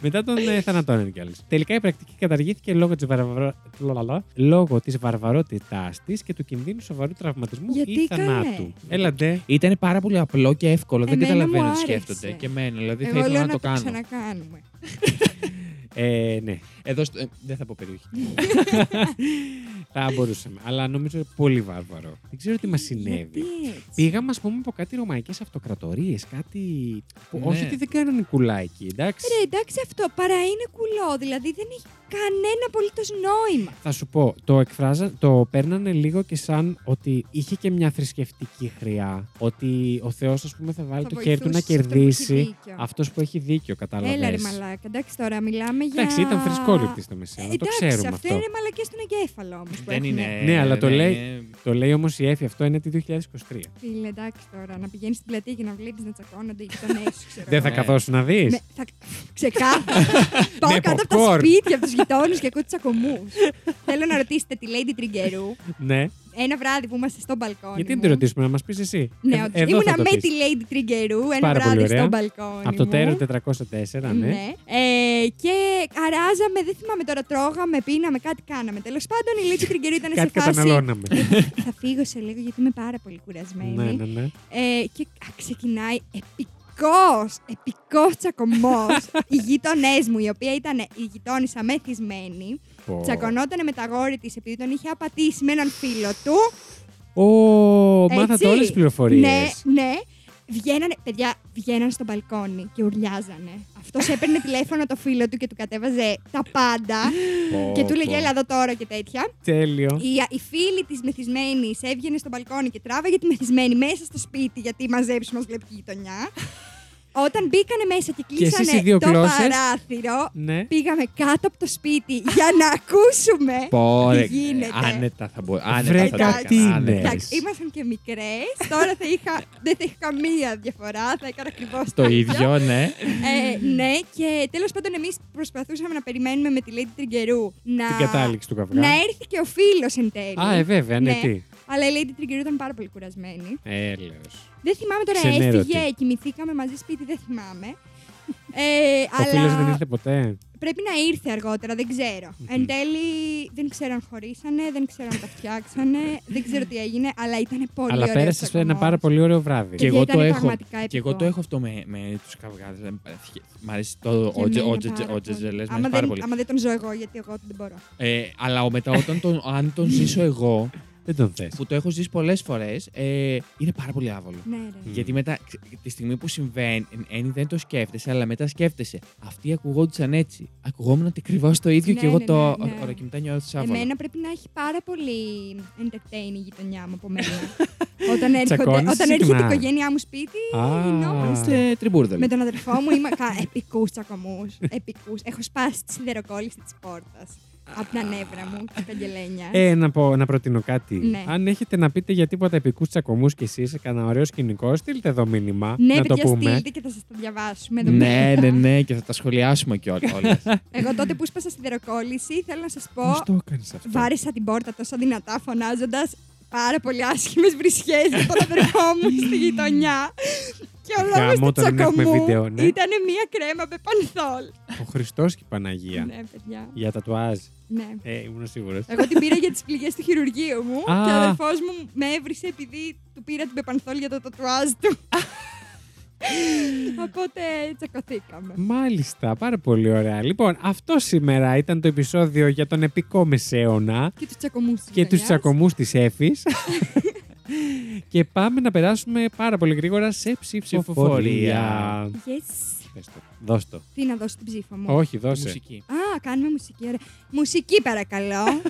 Speaker 1: Μετά τον ε, θανατώναν κιόλα. Τελικά η πρακτική καταργήθηκε λόγω της βαρβαρο... λαλαλα, λόγω της βαρβαρότητάς της και του κινδύνου σοβαρού τραυματισμού ή
Speaker 2: Γιατί καλέ?
Speaker 1: θανάτου. Έλαντε.
Speaker 3: Ήταν πάρα πολύ απλό και εύκολο. Δεν
Speaker 2: Εμένα
Speaker 3: καταλαβαίνω
Speaker 2: μου
Speaker 3: τι
Speaker 2: άρεσε.
Speaker 3: σκέφτονται. Και εμένα, δηλαδή θα
Speaker 2: Εγώ
Speaker 3: ήθελα
Speaker 2: λέω
Speaker 3: να
Speaker 2: να
Speaker 3: το
Speaker 2: το
Speaker 3: κάνω.
Speaker 2: ξανακάνουμε.
Speaker 1: Ε, ναι.
Speaker 3: Εδώ στο- ε, Δεν θα πω περιοχή.
Speaker 1: Θα μπορούσαμε. Αλλά νομίζω πολύ βάρβαρο. Δεν ξέρω τι μας συνέβη.
Speaker 2: Γιατί έτσι?
Speaker 1: Πήγαμε, ας πούμε, από κάτι ρωμαϊκές αυτοκρατορίες, κάτι. που-
Speaker 3: Ναι.
Speaker 1: Όχι ότι δεν κάνουν κουλά εκεί, εντάξει.
Speaker 2: Ρε, εντάξει αυτό, παρά είναι κουλό. Δηλαδή δεν έχει κανένα απολύτως νόημα.
Speaker 1: Θα σου πω, το εκφράζα, το παίρνανε λίγο και σαν ότι είχε και μια θρησκευτική χρειά. Ότι ο Θεός, ας πούμε, θα βάλει
Speaker 2: Θα
Speaker 1: το χέρι του να
Speaker 2: βοηθούσε αυτό που έχεις
Speaker 1: κερδίσει
Speaker 2: δίκιο.
Speaker 1: αυτός που έχει δίκιο, κατάλαβες.
Speaker 2: Έλα ρε μαλάκα, εντάξει τώρα μιλάμε για...
Speaker 1: Εντάξει, ήταν θρησκόληπτη στο
Speaker 2: Ε,
Speaker 1: Μεσαίωνα, το
Speaker 2: Εντάξει,
Speaker 1: ξέρουμε
Speaker 2: αυτό,
Speaker 1: αυτό.
Speaker 2: είναι μαλακές στον εγκέφαλο όμως. που
Speaker 3: Δεν
Speaker 2: έχουν.
Speaker 3: είναι.
Speaker 1: Ναι, αλλά το
Speaker 3: δεν
Speaker 1: λέει-
Speaker 3: είναι-
Speaker 1: Το λέει όμως η Εφη, αυτό είναι τη 2023.
Speaker 2: Φίλε, εντάξει τώρα, να πηγαίνεις στην πλατεία και να βλέπεις να τσακώνονται οι γειτονές σου, ξέρω.
Speaker 1: Δεν θα
Speaker 3: Ναι.
Speaker 1: καθόσουν να δεις.
Speaker 2: Με, θα... Ξεκάθαρα. Πάω
Speaker 1: Με
Speaker 2: κάτω από τα
Speaker 1: popcorn.
Speaker 2: σπίτια, από τους γειτόνου και ακούω τους τσακωμού. Θέλω να ρωτήσετε τη Lady Τριγκερού
Speaker 1: Ναι.
Speaker 2: ένα βράδυ που είμαστε στο μπαλκόνι.
Speaker 1: Γιατί
Speaker 2: μου.
Speaker 1: δεν τη ρωτήσουμε, να μας πεις εσύ.
Speaker 2: Ναι,
Speaker 1: Ε,
Speaker 2: όντως.
Speaker 1: εδώ
Speaker 2: Ήμουνα
Speaker 1: θα το
Speaker 2: με τη
Speaker 1: πεις.
Speaker 2: Lady Τριγκερού ένα
Speaker 1: Πάρα πολύ
Speaker 2: βράδυ
Speaker 1: ωραία.
Speaker 2: στο μπαλκόνι.
Speaker 1: Από το
Speaker 2: μου.
Speaker 1: τέρο 404, ναι.
Speaker 2: Ε, και αράζαμε, δεν θυμάμαι τώρα, τρώγαμε, πίναμε, κάτι κάναμε. Τέλος πάντων, η Lady Τριγκερού ήταν σε
Speaker 1: Κάτι
Speaker 2: φάση.
Speaker 1: καταναλώναμε.
Speaker 2: θα φύγω σε λίγο γιατί είμαι πάρα πολύ κουρασμένη.
Speaker 1: ναι, ναι, ναι.
Speaker 2: Ε, και ξεκινάει επικός, επικός τσακωμός. οι γείτονές μου, η οποία ήταν η γειτόνισσα μεθυσμένη,
Speaker 1: Πω.
Speaker 2: τσακωνόταν με τα γόρη της επειδή τον είχε απατήσει με έναν φίλο του.
Speaker 1: Ω, μάθατε
Speaker 2: Έτσι.
Speaker 1: όλες τις πληροφορίες.
Speaker 2: Ναι, ναι. Βγαίνανε, παιδιά, βγαίνανε στο μπαλκόνι και ουρλιάζανε. Αυτός έπαιρνε τηλέφωνο το φίλο του και του κατέβαζε τα πάντα. Ναι. και του λέγε, έλα εδώ τώρα και τέτοια.
Speaker 1: Τέλειο.
Speaker 2: Η, η φίλη της μεθυσμένης έβγαινε στο μπαλκόνι και τράβαγε τη μεθυσμένη μέσα στο σπίτι γιατί μαζέψει μας βλέπει η γειτονιά. Όταν μπήκανε μέσα και
Speaker 1: Και εσείς
Speaker 2: κλείσανε
Speaker 1: οι δύο
Speaker 2: το
Speaker 1: γλώσσες.
Speaker 2: παράθυρο,
Speaker 1: Ναι.
Speaker 2: πήγαμε κάτω από το σπίτι για να ακούσουμε.
Speaker 3: Πόρε,
Speaker 2: Τι γίνεται.
Speaker 3: άνετα θα μπορεί. Άνετα
Speaker 1: Βρε,
Speaker 3: θα τα
Speaker 1: κάτι
Speaker 3: έκανα,
Speaker 1: είναι.
Speaker 3: άνετα.
Speaker 2: Εντάξει, ήμασταν και μικρές. Τώρα θα είχα, δεν θα είχα καμία διαφορά. Θα έκανα ακριβώς
Speaker 3: Το ίδιο, ναι.
Speaker 2: Ε, ναι, και τέλος πάντων, εμείς προσπαθούσαμε να περιμένουμε με τη Lady Τριγκερού να,
Speaker 1: Την κατάληξη του καυγά.
Speaker 2: να έρθει και ο φίλος εν τέλει.
Speaker 1: Α, ε, βέβαια, ναι,
Speaker 2: Ναι.
Speaker 1: τι.
Speaker 2: Αλλά η Lady Τριγκερού ήταν πάρα πολύ κουρασμένη.
Speaker 1: Έλεος.
Speaker 2: Δεν θυμάμαι τώρα,
Speaker 1: Ξενέρωτη.
Speaker 2: έφυγε, κοιμηθήκαμε μαζί σπίτι, δεν θυμάμαι. Ε,
Speaker 1: Ο φίλο
Speaker 2: αλλά
Speaker 1: δεν ήρθε ποτέ.
Speaker 2: πρέπει να ήρθε αργότερα, δεν ξέρω. Εν τέλει δεν ξέρω αν χωρίσανε, δεν ξέρω αν τα φτιάξανε, δεν ξέρω τι έγινε, αλλά ήταν πολύ
Speaker 1: Αλλά
Speaker 2: ωραίος
Speaker 1: πέρασες
Speaker 2: τσακωμός.
Speaker 1: ένα πάρα πολύ ωραίο βράδυ.
Speaker 3: Και
Speaker 2: Και
Speaker 3: εγώ,
Speaker 2: ήταν
Speaker 3: το έχω,
Speaker 2: πραγματικά
Speaker 3: και εγώ
Speaker 2: επικό.
Speaker 3: το έχω αυτό με, με τους καυγάδε. Μ' αρέσει το
Speaker 2: Και εμένα πάρα πολύ.
Speaker 3: ότζετζελέ.
Speaker 1: ναι,
Speaker 3: Μ'
Speaker 2: Άμα
Speaker 3: αρέσει πάρα
Speaker 2: δεν-
Speaker 3: πολύ.
Speaker 2: Άμα δεν τον ζω εγώ, γιατί εγώ δεν μπορώ.
Speaker 3: Ε, αλλά ο- μετά, όταν τον, αν τον ζήσω εγώ,
Speaker 1: Δεν τον θε.
Speaker 3: που το έχω ζήσει πολλές φορές, ε, είναι πάρα πολύ άβολο.
Speaker 2: Ναι, ρε.
Speaker 1: Μμ.
Speaker 3: Γιατί μετά, ξε- τη στιγμή που συμβαίνει, εν- εν, δεν το σκέφτεσαι, αλλά μετά σκέφτεσαι. Αυτοί ακουγόντουσαν έτσι. Ακουγόμουν ότι ακριβώς το ίδιο
Speaker 2: Ναι,
Speaker 3: και εγώ
Speaker 2: ναι,
Speaker 3: το.
Speaker 2: ναι, ναι.
Speaker 3: Ωραία, και μετά νιώθω άβολο.
Speaker 2: Εμένα πρέπει να έχει πάρα πολύ entertain η γειτονιά μου από μένα. όταν έρχονται-
Speaker 1: Τσακώνεσαι
Speaker 2: όταν έρχεται η
Speaker 1: συχνά.
Speaker 2: οικογένειά μου σπίτι,
Speaker 1: Α.
Speaker 2: γινόμαστε.
Speaker 3: Είμαστε
Speaker 2: Με
Speaker 3: τριμπούρδελοι.
Speaker 2: τον αδερφό μου είμαι κα... επικούς τσακωμούς. Επικούς. Έχω σπάσει τη σιδεροκόλληση της πόρτας. Από τα νεύρα μου και τα γελένια.
Speaker 1: Ε, να, πω, να προτείνω κάτι.
Speaker 2: Ναι.
Speaker 1: Αν έχετε να πείτε για τίποτα επικούς τσακωμούς κι εσείς σε κανένα ωραίο σκηνικό, στείλτε εδώ μήνυμα.
Speaker 2: ναι,
Speaker 1: να το
Speaker 2: παιδιά,
Speaker 1: πούμε.
Speaker 2: στείλτε και θα σας τα διαβάσουμε. εδώ
Speaker 3: Ναι,
Speaker 2: πέρα.
Speaker 3: ναι, ναι, και θα τα σχολιάσουμε κιόλα.
Speaker 2: Εγώ τότε που σπάσα σιδεροκόλληση, θέλω να σας πω,
Speaker 1: Πώς το έκανες αυτό.
Speaker 2: βάρισα την πόρτα τόσο δυνατά φωνάζοντας πάρα πολύ άσχημες βρισχές για τον αδερφό μου στη γειτονιά. Και ο λόγο
Speaker 1: Γαμώ
Speaker 2: του
Speaker 1: το να μην έχουμε
Speaker 2: τσακωμού
Speaker 1: βίντεο, ναι.
Speaker 2: ήταν μία κρέμα με πανθόλ.
Speaker 1: Ο Χριστός και η Παναγία.
Speaker 2: Ναι, παιδιά.
Speaker 1: Για τα τουάζ.
Speaker 2: Ναι.
Speaker 1: Ε, ήμουν σίγουρος.
Speaker 2: Εγώ την πήρα για τις πληγές του χειρουργείου μου
Speaker 1: Α.
Speaker 2: και ο αδερφός μου με έβρισε επειδή του πήρα την πεπανθόλ για το τατουάζ του. Οπότε τσακωθήκαμε.
Speaker 1: Μάλιστα, πάρα πολύ ωραία. Λοιπόν, αυτό σήμερα ήταν το επεισόδιο για τον επικό μεσαίωνα
Speaker 2: Και τους τσακωμούς της
Speaker 1: και τους τσακωμούς της Εφη. και πάμε να περάσουμε πάρα πολύ γρήγορα σε ψηφοφορία.
Speaker 2: Yes.
Speaker 1: Πες το. Δώσ' το.
Speaker 2: Τι να δώσω την ψήφο μου.
Speaker 1: Όχι, δώσε.
Speaker 3: Μουσική.
Speaker 2: Α, κάνουμε μουσική. Ωραία. Μουσική, παρακαλώ.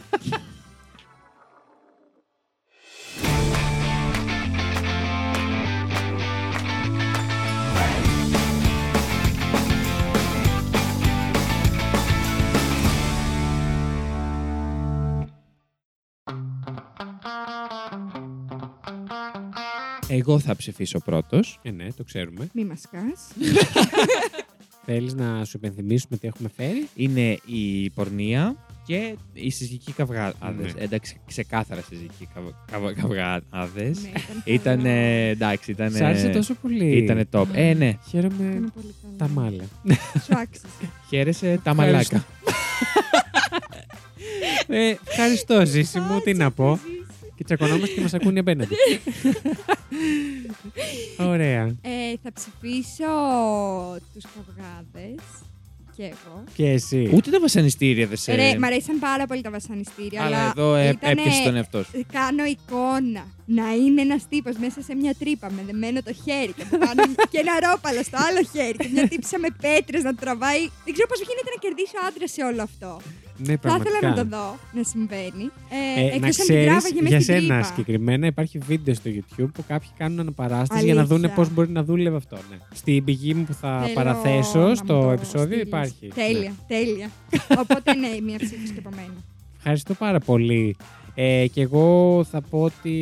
Speaker 3: Εγώ θα ψηφίσω πρώτος.
Speaker 1: Ε, ναι, το ξέρουμε.
Speaker 2: Μη μας κά.
Speaker 1: Θέλεις να σου υπενθυμίσουμε τι έχουμε φέρει.
Speaker 3: Είναι η πορνεία και οι συζυγικοί καυγάδε.
Speaker 1: Ναι.
Speaker 3: Εντάξει, ξεκάθαρα συζυγικοί καυγάδε.
Speaker 2: Ναι, ήταν
Speaker 3: Ήταν
Speaker 2: καλά.
Speaker 3: εντάξει, ήταν.
Speaker 1: Σ' άρεσε τόσο πολύ.
Speaker 3: Ήταν top. Ε, ναι.
Speaker 1: Χαίρομαι
Speaker 2: Ήταν πολύ καλά.
Speaker 1: τα μάλα.
Speaker 2: Σου άξιζε.
Speaker 3: Χαίρεσε τα
Speaker 1: Ευχαριστώ.
Speaker 3: μαλάκα.
Speaker 1: ε, ευχαριστώ, Ζήση μου, τι να πω.
Speaker 2: Ζήση.
Speaker 1: Και τσακωνόμαστε και μας ακούνε απέναντι. Ωραία.
Speaker 2: Ε, θα ψηφίσω τους καυγάδες και εγώ.
Speaker 1: Και εσύ.
Speaker 3: Ούτε τα βασανιστήρια δεν
Speaker 1: Ε,
Speaker 3: σε.
Speaker 2: Ρε, μ' αρέσαν πάρα πολύ τα βασανιστήρια.
Speaker 3: Αλλά
Speaker 2: Αλλά
Speaker 3: εδώ ε,
Speaker 2: ήτανε- ε,
Speaker 3: έπιασε τον εαυτό σου.
Speaker 2: Κάνω εικόνα να είναι ένας τύπος μέσα σε μια τρύπα με δεμένο το χέρι και, να πάνω και ένα ρόπαλο στο άλλο χέρι και μια τύψα με πέτρες να τραβάει. Δεν ξέρω πώς γίνεται να κερδίσω άντρα σε όλο αυτό.
Speaker 1: Ναι,
Speaker 2: Θα
Speaker 1: πραγματικά.
Speaker 2: ήθελα να το δω να συμβαίνει. Ε,
Speaker 1: Ε, να
Speaker 2: εκτός αν την
Speaker 1: ξέρει,
Speaker 2: τράβαγε μέσα
Speaker 1: για
Speaker 2: στην
Speaker 1: σένα
Speaker 2: τρύπα.
Speaker 1: συγκεκριμένα υπάρχει βίντεο στο YouTube που κάποιοι κάνουν αναπαράσταση για να
Speaker 2: Αλήθεια.
Speaker 1: δουν πώς μπορεί να δούλευε αυτό. Ναι. Στην πηγή μου που θα
Speaker 2: Θέλω να
Speaker 1: παραθέσω στο
Speaker 2: μου το
Speaker 1: επεισόδιο
Speaker 2: στείλεις.
Speaker 1: υπάρχει. Ναι.
Speaker 2: Τέλεια, τέλεια. Οπότε ναι, μια ψήφο και από μένα.
Speaker 1: Ευχαριστώ πάρα πολύ. Ε, και εγώ θα πω ότι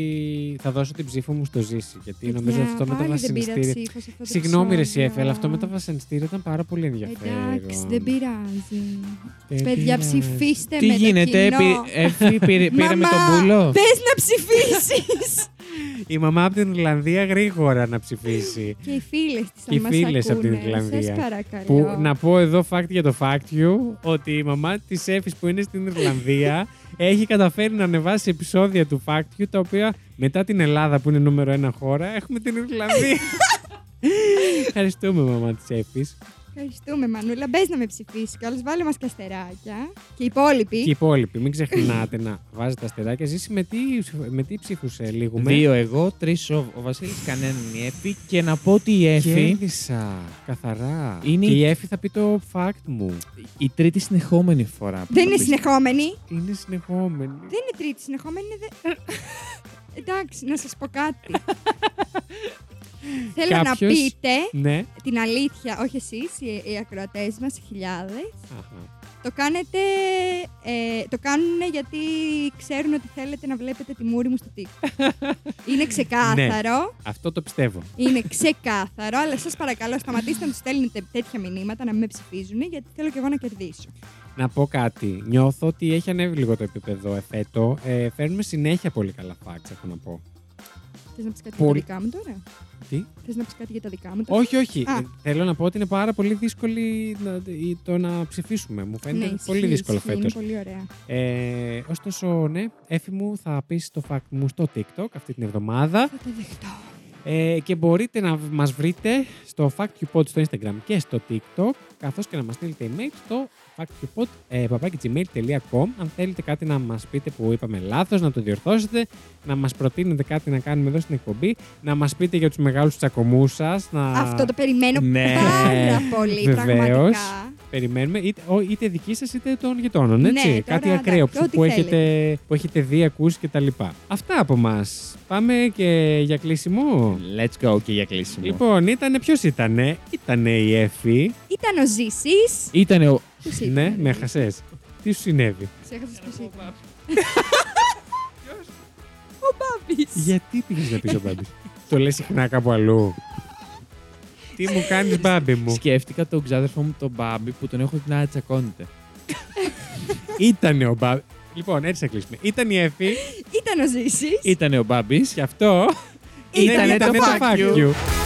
Speaker 1: θα δώσω την ψήφο μου στο Ζήση. Γιατί νομίζω
Speaker 2: Παιδιά,
Speaker 1: αυτό με τα
Speaker 2: πάλι δεν πήρα
Speaker 1: βασανιστήρια.
Speaker 2: ψήφο σε αυτό το
Speaker 1: Συγγνώμη, ρε
Speaker 2: επεισόδιο.
Speaker 1: Σιέφη, αλλά αυτό με τα βασανιστήρια ήταν πάρα πολύ ενδιαφέρον.
Speaker 2: Εντάξει, δεν πειράζει. Παιδιά, ψηφίστε με.
Speaker 3: Τι γίνεται,
Speaker 2: το
Speaker 3: πή-
Speaker 2: κοινό.
Speaker 3: Εφη,
Speaker 1: ε,
Speaker 3: πήρε- πήραμε
Speaker 2: Μαμά,
Speaker 3: τον πουλό.
Speaker 2: Πες να ψηφίσεις!
Speaker 1: Η μαμά από την Ιρλανδία γρήγορα να ψηφίσει.
Speaker 2: και οι φίλες της,
Speaker 1: Και οι
Speaker 2: αν μας
Speaker 1: φίλες
Speaker 2: ακούνε,
Speaker 1: από την Ιρλανδία.
Speaker 2: Σας παρακαλώ.
Speaker 1: Που, να πω εδώ fact για το fact you, ότι η μαμά της Εφης που είναι στην Ιρλανδία έχει καταφέρει να ανεβάσει επεισόδια του fact you τα οποία μετά την Ελλάδα που είναι νούμερο ένα χώρα έχουμε την Ιρλανδία. Ευχαριστούμε μαμά της Εφη.
Speaker 2: Ευχαριστούμε, Μανούλα. Μπες να με ψηφίσεις κιόλας. Βάλε μας και αστεράκια. Και οι υπόλοιποι.
Speaker 1: Και οι υπόλοιποι, μην ξεχνάτε να βάζετε αστεράκια. Ζήσει με τι, με τι ε, ψήφου λίγουμε.
Speaker 3: Δύο εγώ, τρεις ο, ο Βασίλης, κανέναν η Εφη. Και να πω ότι η Εφη,
Speaker 1: Κέρδισα. Καθαρά.
Speaker 3: Είναι
Speaker 1: Και
Speaker 3: η-
Speaker 1: η Εφη θα πει το fact μου.
Speaker 3: η τρίτη συνεχόμενη φορά.
Speaker 2: Δεν
Speaker 3: που το
Speaker 2: είναι
Speaker 3: πεις.
Speaker 2: συνεχόμενη.
Speaker 1: Είναι συνεχόμενη.
Speaker 2: Δεν είναι τρίτη συνεχόμενη. Είναι δε... Εντάξει, να σας πω κάτι. Θέλω να
Speaker 1: Κάποιος-
Speaker 2: πείτε
Speaker 1: Ναι.
Speaker 2: την αλήθεια, όχι εσείς, οι, οι ακροατές μας, οι χιλιάδες.
Speaker 1: Αχα.
Speaker 2: Το κάνετε, ε, το κάνουν γιατί ξέρουν ότι θέλετε να βλέπετε τη μούρη μου στο TikTok. είναι ξεκάθαρο,
Speaker 1: Αυτό το πιστεύω.
Speaker 2: είναι ξεκάθαρο, αλλά σας παρακαλώ σταματήστε να τους στέλνετε τέτοια μηνύματα, να μην με ψηφίζουν, γιατί θέλω και εγώ να κερδίσω.
Speaker 1: Να πω κάτι. Νιώθω ότι έχει ανέβει λίγο το επίπεδο εφέτο. Ε, φέρνουμε συνέχεια πολύ καλά facts, έχω να πω.
Speaker 2: Θες να πεις κάτι
Speaker 1: Πολύ-
Speaker 2: για τα δικά μου τώρα?
Speaker 1: Τι?
Speaker 2: Θες να πεις κάτι για τα δικά μου τώρα?
Speaker 1: Όχι, όχι.
Speaker 2: Α.
Speaker 1: Ε, θέλω να πω ότι είναι πάρα πολύ δύσκολη να- η- το να ψηφίσουμε. Μου φαίνεται
Speaker 2: Ναι,
Speaker 1: πολύ
Speaker 2: ισχύει,
Speaker 1: δύσκολο
Speaker 2: ισχύει,
Speaker 1: φέτο.
Speaker 2: Είναι πολύ ωραία.
Speaker 1: Ε, ωστόσο, ναι, έφη μου θα πεις το fact μου στο TikTok αυτή την εβδομάδα.
Speaker 2: Θα το δεχτώ.
Speaker 1: Ε, και μπορείτε να μας βρείτε στο Fact You Pod στο Instagram και στο TikTok, καθώς και να μας στείλετε email στο factyoupod, ε, papakigmail.com. αν θέλετε κάτι να μας πείτε που είπαμε λάθος, να το διορθώσετε, να μας προτείνετε κάτι να κάνουμε εδώ στην εκπομπή, να μας πείτε για τους μεγάλους τσακωμούς σας, να
Speaker 2: Αυτό το περιμένω
Speaker 3: ναι.
Speaker 2: πάρα πολύ,
Speaker 1: Βεβαίως.
Speaker 2: πραγματικά.
Speaker 1: περιμένουμε, είτε, ο- είτε δική σας είτε των γειτόνων, έτσι,
Speaker 2: Ναι, τώρα,
Speaker 1: κάτι
Speaker 2: εντάξει,
Speaker 1: ακραίο που,
Speaker 2: ό,τι
Speaker 1: που
Speaker 2: θέλετε.
Speaker 1: έχετε, που έχετε δει, ακούσει κτλ. Αυτά από μας. Πάμε και για κλείσιμο.
Speaker 3: Let's go και για κλείσιμο.
Speaker 1: Λοιπόν, ήτανε ποιος ήτανε. Ήτανε η Εφη.
Speaker 2: Ήταν ο Ζήσης.
Speaker 3: Ήταν ο.
Speaker 2: Ποιος
Speaker 1: Ναι,
Speaker 2: ήταν?
Speaker 1: με χασέ. Τι σου συνέβη.
Speaker 2: Ξέχασες ποιος ήταν. Ο Μπάμπης.
Speaker 1: Γιατί πήγες να πεις ο Μπάμπης. Το λες συχνά κάπου αλλού. Τι μου κάνεις, Μπάμπη μου.
Speaker 3: Σκέφτηκα τον ξάδερφό μου τον Μπάμπη που τον έχω την να τσακώνεται.
Speaker 1: Ήτανε ο Μπάμπη. Λοιπόν, έτσι θα κλείσουμε. Ήταν η Εφη
Speaker 2: Ήταν ο Ζήσης.
Speaker 3: Ήτανε ο Μπάμπης.
Speaker 1: και αυτό.
Speaker 3: Ναι, Ήτανε το
Speaker 1: ήτανε
Speaker 3: fuck you.
Speaker 1: you.